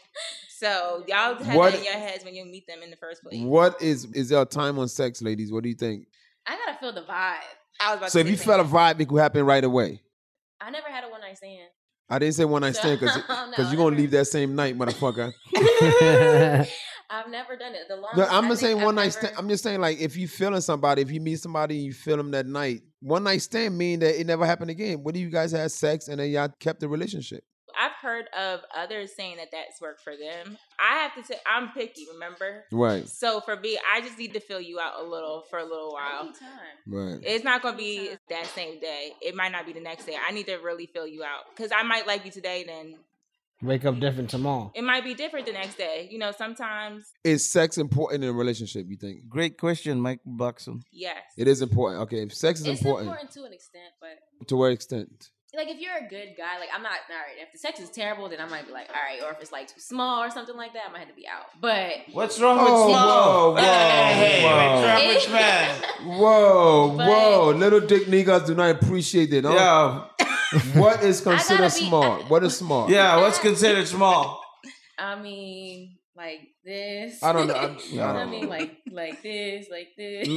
S7: So y'all have
S2: What-
S7: that in your heads when you meet them in the first place.
S2: What is is there a time on sex, ladies? What do you think?
S8: I gotta feel the vibe.
S7: I was about
S2: So
S7: to
S2: if
S7: say
S2: you
S7: same.
S2: felt a vibe, it could happen right away.
S8: I never had a one night stand. Oh,
S2: I didn't say one night stand because
S8: No, no,
S2: you're gonna leave that same night, motherfucker.
S8: I've never done it. The longest
S2: No, I'm
S8: I
S2: not
S8: think
S2: saying
S8: I've
S2: one night
S8: never-
S2: stand. I'm just saying like if you feeling somebody, if you meet somebody and you feel them that night, one night stand mean that it never happened again. What do you guys had sex and then y'all kept the relationship?
S7: I've heard of others saying that that's worked for them. I have to say, I'm picky, remember?
S2: Right.
S7: So for me, I just need to fill you out a little for a little while.
S2: Right.
S7: It's not going to be that same day. It might not be the next day. I need to really fill you out because I might like you today, then
S1: Wake up different tomorrow.
S7: it might be different the next day. You know, sometimes,
S2: Is sex important in a relationship? You think?
S3: Great question, Mike Buxton.
S7: yes.
S2: It is important. Okay, if sex is
S8: It's
S2: important,
S8: important. to an extent, but
S2: to what extent?
S8: like if you're a good guy, like I'm not all right. If the sex is terrible, then I might be like, all right, or if it's like too small or something like that, I might have to be out. But
S3: What's wrong with
S2: Oh,
S3: small?
S2: whoa,
S3: Hey, hey,
S2: whoa,
S3: what's wrong
S8: whoa.
S3: with small?
S2: Whoa,
S8: But-
S2: whoa! Little dick niggas do not appreciate it. huh? what is considered small? what is small?
S3: Yeah, what's considered small?
S8: I mean, like this.
S2: I don't know. I- I
S8: You know what I
S2: don't
S8: mean,
S2: know.
S8: like like this, like this.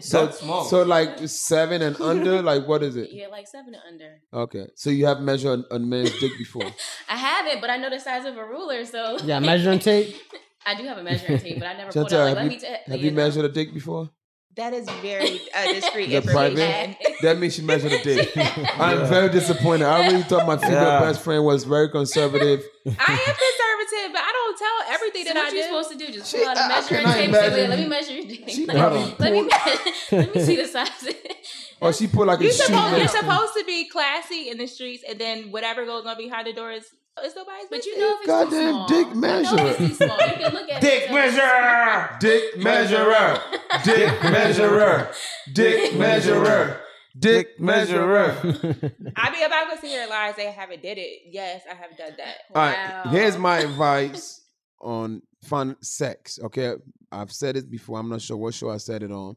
S2: So
S3: That's small.
S2: So like seven and under. Like what is it?
S8: yeah, like seven and under.
S2: Okay, so you have measured a man's dick before.
S8: I have it, but I know the size of a ruler, so
S2: Yeah, measuring tape.
S8: I do have a measuring tape, but I never pulled
S2: Chantal,
S8: out. Like,
S2: have
S8: let
S2: you,
S8: me. T-
S2: have you measured a dick before?
S7: That is very uh, discreet
S2: Is that private?
S7: information.
S2: That means she measured a dick.
S3: Yeah.
S2: I'm very disappointed. I really thought my female
S3: Yeah.
S2: best friend was very conservative.
S7: I am conservative, but I don't tell everything
S8: So
S7: that
S8: what
S7: I
S8: you
S7: do.
S8: supposed to do? Just pull out
S7: I-
S8: a
S7: I
S8: measuring
S2: cannot
S8: tape. and say,
S2: imagine.
S8: let me measure your dick.
S2: She
S8: Like,
S2: probably
S8: let me let me see the size.
S2: Or she put like a
S7: You're
S2: shoe
S7: supposed, you're
S2: next to-
S7: supposed to be classy in the streets, and then whatever goes on behind the door is it's nobody's. But you know,
S2: Goddamn dick measurer.
S8: You can look at it.
S2: Dick measurer. Dick measurer. Dick measurer. Dick measurer. Dick measurer.
S7: I be about to sit here and lie and say I haven't did it. Yes, I have done that.
S2: All right, here's my advice on fun sex. Okay, I've said it before. I'm not sure what show I said it on.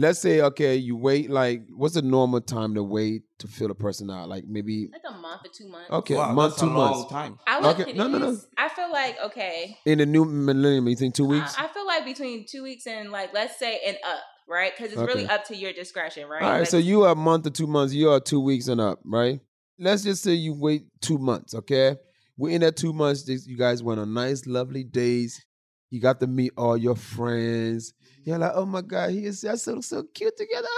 S2: Let's say okay, you wait like what's the normal time to wait to feel a person out? Like maybe
S8: Like a month or two months.
S2: okay, month two months.
S7: I would,
S2: okay, no, no, no.
S7: I feel like okay.
S2: In the new millennium, you think two weeks?
S7: I I feel like between two weeks and like let's say and up, right? Because it's really
S2: Okay.
S7: up to your discretion, right?
S2: All right,
S7: But-
S2: so you are a month or two months, you are two weeks and up, right? Let's just say you wait two months, okay? Within that two months, this- you guys went on nice, lovely days. You got to meet all your friends. You're like, oh my God, he is that's so so cute together.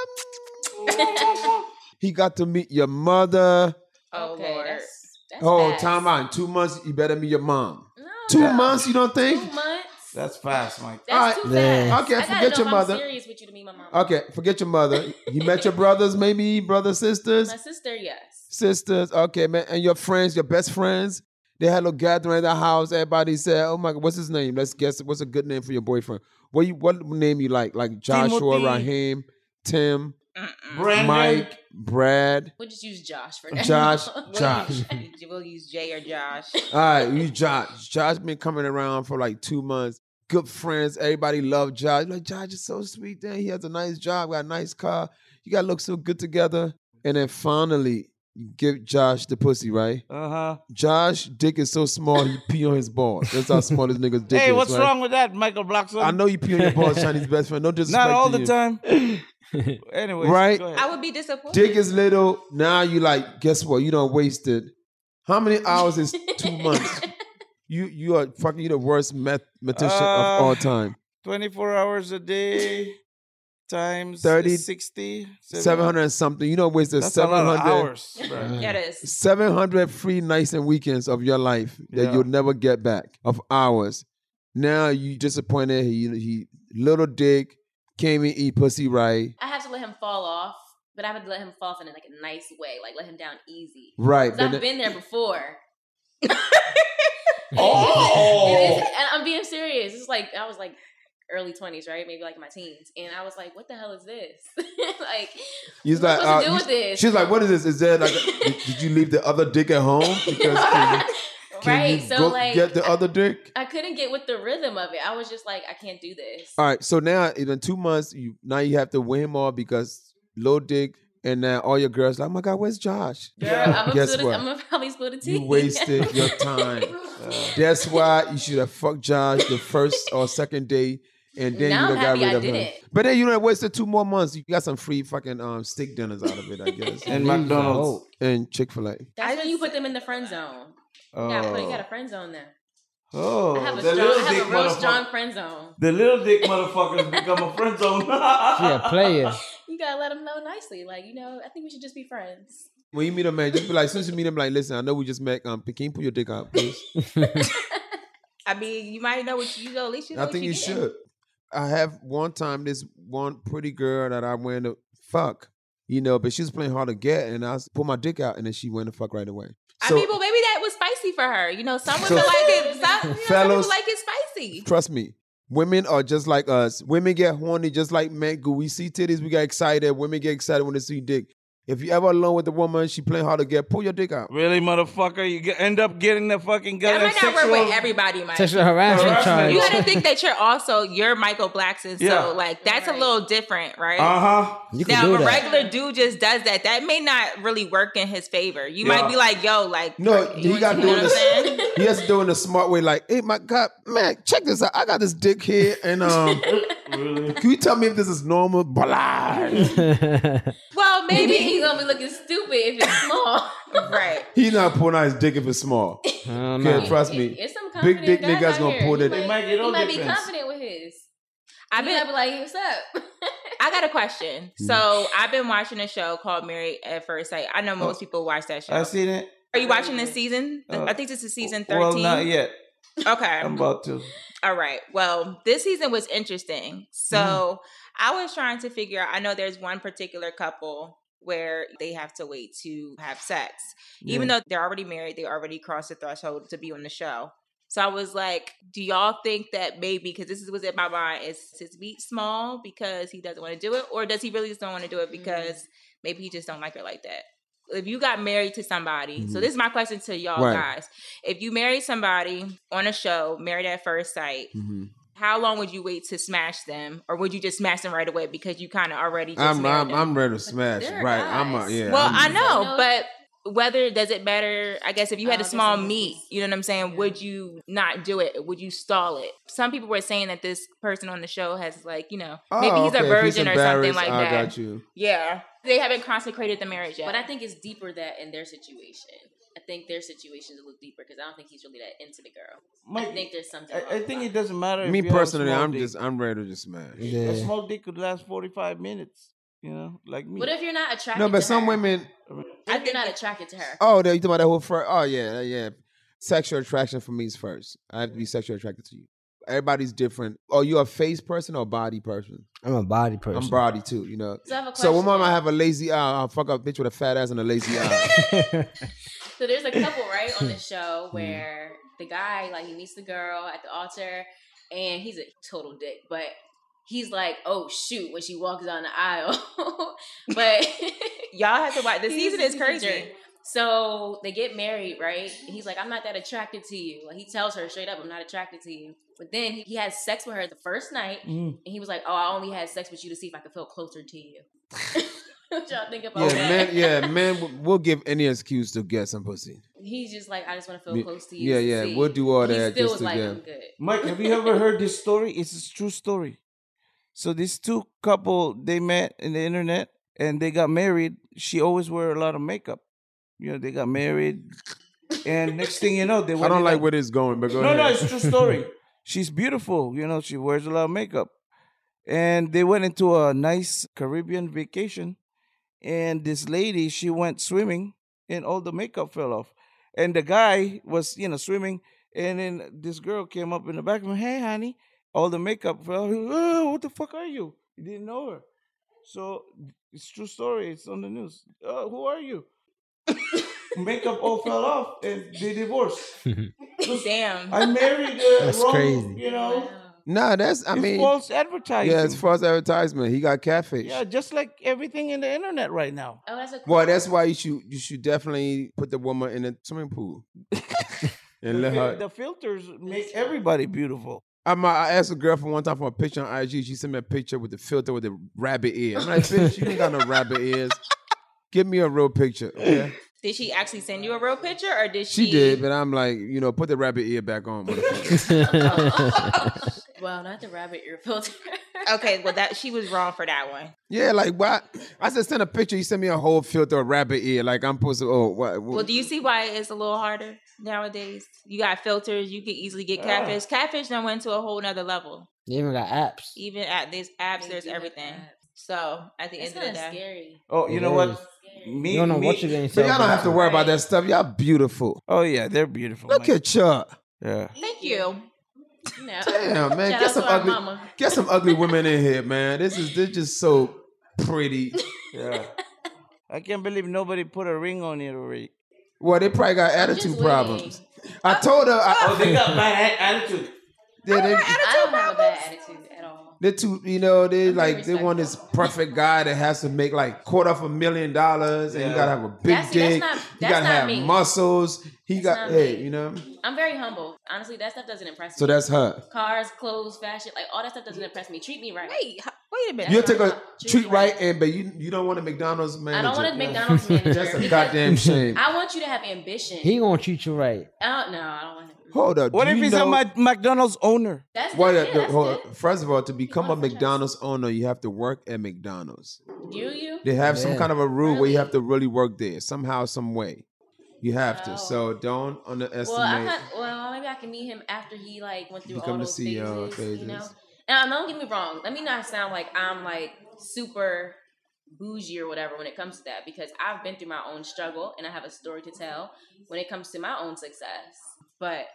S2: He got to meet your mother.
S7: okay, that's, that's
S2: oh,
S7: fast.
S2: time out. In two months, you better meet your mom. two months, you don't think?
S8: Two months.
S2: That's fast, Mike.
S8: That's too fast.
S2: Okay,
S8: I gotta
S2: forget
S8: know
S2: your
S8: if
S2: mother.
S8: I'm serious with you to meet my mom.
S2: Okay, forget your mother. You met your brothers, maybe brothers, sisters,
S8: My sister, yes.
S2: sisters. Okay, man, and your friends, your best friends. They had a little gathering at the house. Everybody said, "Oh my, God, what's his name? Let's guess. What's a good name for your boyfriend? What you, what name you like? Like Joshua,
S8: Timothy.
S2: Raheem, Tim,
S8: Brandon.
S2: Mike, Brad.
S8: We'll just use Josh for now.
S2: Josh,
S8: We'll
S2: Josh.
S8: use-
S7: We'll use Jay or Josh.
S2: All right, you Josh. Josh been coming around for like two months. Good friends. Everybody love Josh. Like Josh is so sweet. Then he has a nice job, got a nice car. You gotta look so good together. And then finally, you give Josh the pussy, right? Uh
S3: Uh-huh.
S2: huh. Josh dick is so small he pee on his balls. That's how small this nigga's dick is.
S3: hey, what's
S2: right?
S3: wrong with that, Michael Blockson?
S2: I know you pee on your balls, Chinese best friend. No disrespect.
S3: Not all
S2: to
S3: the
S2: you.
S3: time. Anyways,
S2: right?
S3: go ahead.
S7: I would be disappointed.
S2: Dick is little. Now you like, guess what? You don't wasted. How many hours is two months? You you are fucking you the worst mathematician of
S3: Uh,
S2: all time.
S3: 24 hours a day times
S2: 30,
S3: 60
S2: Seven hundred and something. You don't waste
S3: That's a
S2: seven
S3: lot of
S2: hundred
S3: hours, bro. Yeah, it is.
S2: Seven hundred free nights and weekends of your life that
S3: Yeah.
S2: you'll never get back of hours. Now you disappointed. He he little dick came and eat pussy right.
S8: I have to let him fall off, but I would let him fall off in like a nice way, like let him down easy.
S2: Right,
S8: 'Cause
S2: but
S8: I've
S2: the-
S8: been there before.
S2: Oh!
S8: It is- and I'm being serious. It's like I was like early 20s, right? Maybe like my teens, and I was like, "What the hell is this?" like,
S2: He's
S8: what
S2: like,
S8: am I supposed to
S2: uh,
S8: do
S2: you-
S8: with this?
S2: she's like, what is this? Is there like, a- did, did you leave the other dick at home? Because can you, can
S8: right?
S2: you
S8: So
S2: go
S8: like,
S2: get the other dick?
S8: I couldn't get with the rhythm of it. I was just like, I can't do this.
S2: All right. So now in two months, you now you have to win him all because low dick, and now all your girls like, oh my god, where's Josh?
S8: I'm gonna,
S2: Guess
S8: spill the,
S2: what?
S8: I'm gonna probably spill the tea.
S2: You wasted your time. That's why you should have fucked Josh the first or second day, and then
S8: Now
S2: you
S8: I'm
S2: done got
S8: happy I
S2: rid of
S8: did
S2: him.
S8: it.
S2: But then you done wasted two more months. You got some free fucking um steak dinners out of it, I guess,
S3: And McDonald's.
S2: and Chick Fil A.
S8: That's when you put them in the friend zone. You gotta put- you got a friend zone now.
S3: Oh,
S8: I have a
S3: the
S8: strong,
S3: little
S8: I
S3: dick
S8: have a real
S3: motherfucker.
S8: strong friend zone.
S3: the little dick motherfuckers become a friend zone
S2: Yeah, player.
S8: You gotta let them know nicely, like you know. I think we should just be friends.
S2: When you meet a man, just be like, as soon as you meet him, like, listen, I know we just met. Um, can you pull your dick out, please?
S7: I mean, you might know what you, you know. At least you know
S2: I
S7: what
S2: think you
S7: getting.
S2: should. I have one time this one pretty girl that I went to fuck, you know, but she was playing hard to get, and I was, pulled my dick out, and then she went to fuck right away.
S7: I mean, but maybe that was spicy for her. You know, some women like
S2: So-
S7: it. Some, you know, some people
S2: Fellas-
S7: like it spicy.
S2: Trust me, women are just like us. Women get horny just like men do. We see titties, we get excited. Women get excited when they see dick. If you ever alone with a woman, she playing hard to get, pull your dick out.
S3: really motherfucker you get, end up getting the fucking
S7: That
S3: goddamn
S7: might not
S3: sexual
S7: work with everybody, Mike.
S3: Sexual harassment Harassment. charge.
S7: You gotta think that you're also you're Michael Blackson, so
S3: Yeah.
S7: like that's a little different, right?
S3: uh-huh
S7: You now, if a regular dude just does that, that may not really work in his favor. You
S2: Yeah.
S7: might be like, "Yo, like,
S2: No, he got to do it.
S7: what I'm
S2: in a- He has to do it in a smart way. Like, hey, my God, man, check this out. I got this dick here, and um, can you tell me if this is normal? Blah.
S8: Well, maybe he's gonna be looking stupid if it's small.
S7: right.
S2: He's not pulling out his dick if it's small. Okay, trust me.
S8: It's some
S2: Big
S8: confident
S2: dick
S8: guys
S2: niggas
S8: out
S2: gonna
S8: here.
S2: pull
S8: He
S2: that.
S8: might, he might be
S7: difference.
S8: confident with his.
S7: I've
S8: He
S7: been
S8: might be like, "What's up?"
S7: I got a question.
S3: Mm.
S7: So I've been watching a show called Married at First Sight. I know most people watch that show.
S3: Oh. i seen it
S7: Are you watching this season?
S3: Uh,
S7: I think this is season thirteen.
S3: well not yet
S7: Okay.
S3: i'm about to
S7: All right. Well, this season was
S8: Mm-hmm.
S7: interesting. So I was trying to figure out. I know there's one particular couple where they have to wait to have sex, even
S8: Yeah.
S7: though they're already married. They already crossed the threshold to be on the show. So I was like, do y'all think that maybe because this is what's in my mind is his meat small because he doesn't want to do it, or does he really just don't want to
S8: Mm-hmm.
S7: do it because maybe he just don't like her like that? If you got married to somebody, so
S8: Mhm.
S7: this is my question to y'all all
S8: Right.
S7: guys. If you married somebody on a show, married at first sight,
S2: Mm-hmm.
S7: how long would you wait to smash them, or would you just smash them right away because you kind of already? Just
S2: I'm
S7: married
S2: I'm,
S7: them?
S2: I'm ready to smash.
S7: They're
S2: Right. I'm a,
S7: guys.
S2: yeah.
S7: Well,
S2: I'm-
S7: I know, but whether does it matter? I guess if
S8: Uh,
S7: you had a small meat, you know what I'm saying. Would you not do it? Would you stall it? Some people were saying that this person on the show has like you know
S2: Oh,
S7: maybe he's
S2: okay,
S7: a
S2: if he's uh,
S7: virgin or something
S2: embarrassed,
S7: like
S2: I
S7: that.
S2: got you.
S7: Yeah, they haven't consecrated the marriage yet.
S8: But I think it's deeper that in their situation. I think their situation is a little deeper because I don't think he's really that into the girl. I
S3: Mike,
S8: think there's something.
S3: I, I think it doesn't matter.
S2: Me
S3: if you have a
S2: personally,
S3: small
S2: I'm
S3: dick.
S2: just I'm ready to just smash.
S3: A small dick could last 45 minutes, you know, like me.
S8: What if you're not attracted?
S2: No,
S8: to
S2: but some
S8: her?
S2: women.
S8: What if you're not attracted to her?
S2: Oh, they- you talking about that whole first? Oh yeah, yeah. Sexual attraction for me is first. I have to be sexually attracted to you. Everybody's different. Are you a face person or a body person?
S1: I'm a body person.
S2: I'm body too, you know.
S8: So I have a
S2: So,
S8: question.
S2: when I have a lazy eye, I'll fuck up a bitch with a fat ass and a lazy eye.
S8: So there's a couple right on the show
S7: Mm-hmm.
S8: where the guy like he meets the girl at the altar, and he's a total dick, but he's like, oh shoot, when she walks down the aisle. but
S7: y'all have to watch. The
S8: He's
S7: season
S8: a
S7: is crazy.
S8: jerk. So they get married, right? And he's like, I'm not that attracted to you. Like he tells her straight up, I'm not attracted to you. But then he, he had sex with her the first night,
S2: Mm.
S8: and he was like, Oh, I only had sex with you to see if I could feel closer to you. what y'all think about
S2: yeah,
S8: that?
S2: man. Yeah, man. we- We'll give any excuse to get some pussy.
S8: He's just like, I just want to feel
S2: Me-
S8: close to you.
S2: yeah,
S8: to
S2: yeah.
S8: see."
S2: We'll do all
S8: He
S2: that
S8: still
S2: just
S8: was
S2: to
S8: like,
S2: get.
S8: I'm good.
S3: Mike, have you ever heard this story? It's a true story. So these two couple they met in the internet and they got married. She always wear a lot of makeup. You know, they got married, and next thing you know, they.
S2: I don't like where this is going, but go
S3: no,
S2: ahead.
S3: no, it's a true story. She's beautiful. You know, she wears a lot of makeup, and they went into a nice Caribbean vacation, and this lady she went swimming, and all the makeup fell off, and the guy was you know swimming, and then this girl came up in the back and hey honey, all the makeup fell. off. He was, "Oh, what the fuck are you? You didn't know her. So it's true story. It's on the news. Uh, who are you? makeup all fell off, and they divorced.
S7: Damn.
S3: I married uh,
S2: That's
S3: wrong,
S2: crazy.
S3: You know,
S2: Nah, that's. I
S3: It's
S2: mean,
S3: false advertising.
S2: Yeah, it's false advertisement. He got catfish.
S3: yeah, just like everything in the internet right now.
S8: Oh, that's a
S2: Well, that's why you should you should definitely put the woman in a swimming pool and let her.
S3: The filters make everybody beautiful.
S2: I'm, I asked a girl for one time for a picture on IG. She sent me a picture with the filter with the rabbit ear. I'm like, bitch, you ain't got no rabbit ears. Give me a real picture. Okay?
S7: Did she actually send you a real picture, or did she?
S2: She did, but I'm like, you know, put the rabbit ear back on. motherfucker.
S8: Well, not the rabbit ear filter.
S7: okay, well that she was wrong for that one.
S2: yeah, like why? I said send a picture. You sent me a whole filter of rabbit ear. Like I'm supposed to. Oh, what?
S7: Well, do you see why it's a little harder nowadays? You got filters. You can easily get
S1: Yeah.
S7: catfish. Catfish done went to a whole nother level.
S1: They even got apps.
S7: Even at these apps, there's everything. So at the
S8: It's
S7: end of the
S8: kinda
S7: day,
S8: scary.
S3: Oh, you
S2: It
S3: know
S2: is.
S3: what? Me,
S2: You don't know
S3: me,
S2: what you're getting But y'all don't have to worry about that stuff. Y'all beautiful.
S3: Oh yeah, they're beautiful.
S2: Look at Chuck.
S3: Yeah.
S7: Thank you.
S8: No.
S2: Damn, man,
S8: Shout
S2: get
S8: out
S2: some
S8: to our
S2: ugly,
S8: mama.
S2: get some ugly women in here, man. This is this just so pretty.
S3: Yeah. I can't believe nobody put a ring on it already.
S2: Well, they probably got attitude problems. I told her. I,
S3: Oh, they got bad a- attitude.
S2: They, they,
S8: I don't have a bad attitude at all.
S2: they too, you know, they like they want this perfect guy that has to make like quarter of a million dollars, and you gotta have a big
S8: That's- that's
S2: dick.
S8: not-
S2: you
S8: that's
S2: gotta
S8: not
S2: have
S8: me.
S2: muscles. He got
S8: not
S2: hey,
S8: me.
S2: you know.
S8: I'm very humble. Honestly, that stuff doesn't impress
S2: So
S8: me.
S2: that's her.
S8: Cars, clothes, fashion, like all that stuff doesn't impress me. Treat me right.
S7: Wait, wait a
S2: You'll take a treat right, and but you you don't want a McDonald's manager.
S8: I don't want a McDonald's manager.
S2: That's a
S8: because
S2: goddamn shame.
S8: I want you to have ambition.
S1: He gonna treat you right.
S8: I don't know. I don't want him.
S2: Hold up.
S3: What
S2: do
S3: if
S2: you
S3: he's
S2: know,
S3: a Mac- McDonald's owner?
S8: That's not
S2: Well, the-
S8: it.
S2: the-
S8: That's
S2: hold
S8: it.
S2: on. first of all, to become a McDonald's owner, you have to work at McDonald's.
S8: Do you?
S2: They have some
S8: Yeah.
S2: kind of a rule where you have to really work there somehow, some way. You have to. So don't underestimate.
S8: Well, I'm not, well, maybe I can meet him after he like went through all
S2: Become the E
S8: those
S2: CEO
S8: phases, You know.
S2: phases.
S8: Now, don't get me wrong. Let me not sound like I'm like super bougie or whatever when it comes to that, because I've been through my own struggle and I have a story to tell when it comes to my own success. But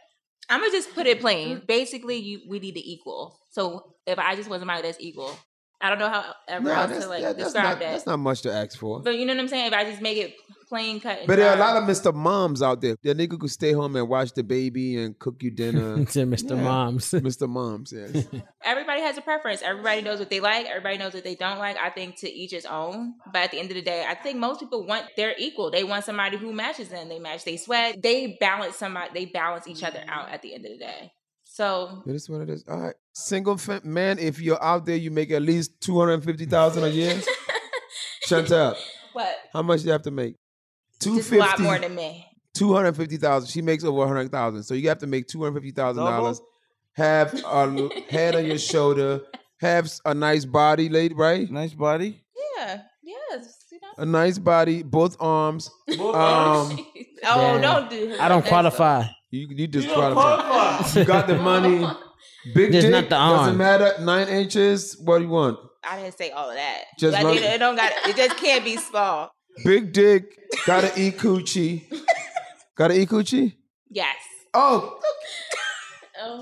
S7: I'm gonna just put it plain. Basically, you we need to equal. So if I just want somebody that's equal, I don't know how ever
S2: Nah,
S7: else
S2: that's-
S7: to like
S2: that- that's
S7: describe
S2: not-
S7: that.
S2: That's not much to ask for.
S7: But you know what I'm saying? If I just make it plain cut. And
S2: But there are a
S7: dry.
S2: lot of Mr. Moms out there. That nigga could stay home and watch the baby and cook you dinner.
S1: Mr. Moms.
S2: Mr. Moms, yes.
S7: everybody has a preference. Everybody knows what they like. Everybody knows what they don't like. I think to each his own. But at the end of the day, I think most people want their equal. They want somebody who matches them. They match. They sweat. They balance somebody. They balance each other out
S2: Mm-hmm.
S7: at the end of the day. So
S2: It is what it is. All right. Single fam- man, if you're out there, you make at least 250000 a year. Chantel,
S7: what?
S2: how much do you have to make?
S7: Just a lot
S2: 250
S7: more than me.
S2: 250000 She makes over 100000 So you have to make $250,000. Have a l- head on your shoulder. Have s- a nice body, lady, right?
S3: Nice body.
S7: Yeah. Yes. You know?
S2: A nice body, both arms.
S7: Both
S2: um,
S7: Oh, don't do her
S1: I don't
S7: like that.
S1: qualify.
S2: You you just
S1: don't
S2: qualify.
S1: qualify.
S2: You got the money. Big
S1: Just
S2: dick
S1: not the
S2: doesn't
S1: arm.
S2: matter. Nine inches. What do you want?
S7: I didn't say all of that.
S2: Just
S7: Like,
S2: run-
S7: it, it don't got. It just can't be small.
S2: Big dick. Gotta eat coochie. Gotta eat coochie.
S7: Yes. Oh
S2: Oh.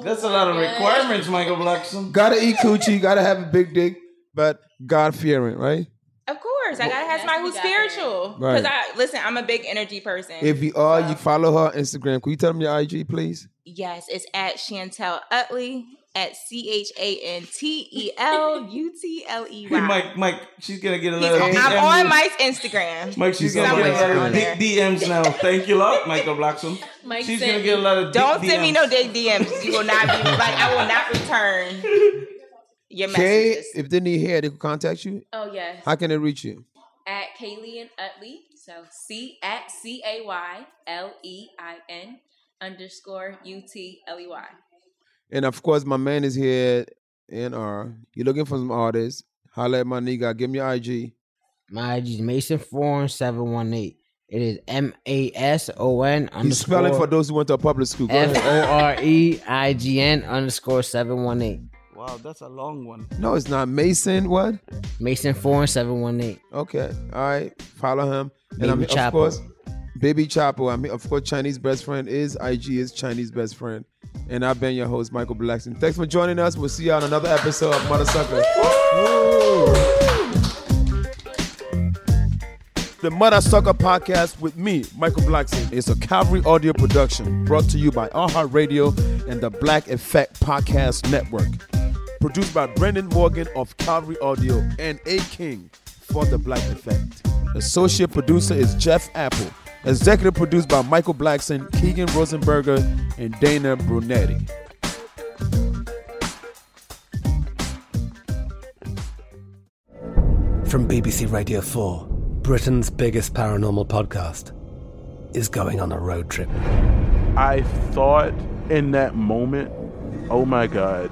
S3: That's a lot of requirements, Michael Blackson.
S2: Gotta eat coochie. Gotta have a big dick, but God fearing, right?
S7: Of course, I gotta have somebody who's spiritual.
S2: Right.
S7: Because I listen, I'm a big energy person.
S2: If you are, you follow her on Instagram. Can you tell them your IG, please?
S7: Yes, it's at Chantel Utley at C H A N T E L U T L E
S3: Hey,
S7: Y.
S3: Mike, Mike, she's gonna get a
S7: He's-
S3: lot of DMs.
S7: I'm on Mike's Instagram.
S3: Mike, she's gonna
S7: Somewhere
S3: get a lot
S7: on
S3: of
S7: there.
S3: dick DMs now. Thank you a lot, Michael Blackson.
S7: Mike
S3: she's
S7: sent
S3: gonna
S7: me-
S3: get a lot of dick
S7: Don't send me
S3: DMs.
S7: no dead DMs. You will not be like I will not return your
S2: Kay,
S7: messages.
S2: if they need hair, they could contact you.
S8: Oh, yes.
S2: How can they reach you?
S8: at Kaylee and Utley. So C at C A Y L E I N underscore U T L E Y.
S2: And of course, my man is here in NR. You're looking for some artists. Holla at my nigga. Give me your IG.
S1: My IG is Mason Foreign seven one eight. It is M A S O N underscore.
S2: He's spelling for those who went to a public school. Go
S1: F
S2: ahead.
S1: O R E I G N underscore seven one eight.
S3: Wow, that's a long one.
S2: No, it's not Mason. What?
S1: Mason Foreign seven one eight.
S2: Okay. All right. Follow him. And
S1: Baby
S2: I'm of
S1: Chapo.
S2: course, Baby Chapo. I mean, of course, Chinese best friend is IG is Chinese best friend. And I've been your host, Michael Blackson. Thanks for joining us. We'll see you on another episode of Mother Sucker.
S4: The Mother Sucker Podcast with me, Michael Blackson. It's a Calvary audio production brought to you by AHA Radio and the Black Effect Podcast Network. Produced by Brendan Morgan of Calvary Audio and A King for the Black Effect. Associate producer is Jeff Apple. Executive produced by Michael Blackson, Keegan Rosenberger, and Dana Brunetti.
S5: From BBC Radio 4, Britain's biggest paranormal podcast is going on a road trip.
S9: I thought in that moment, oh my God,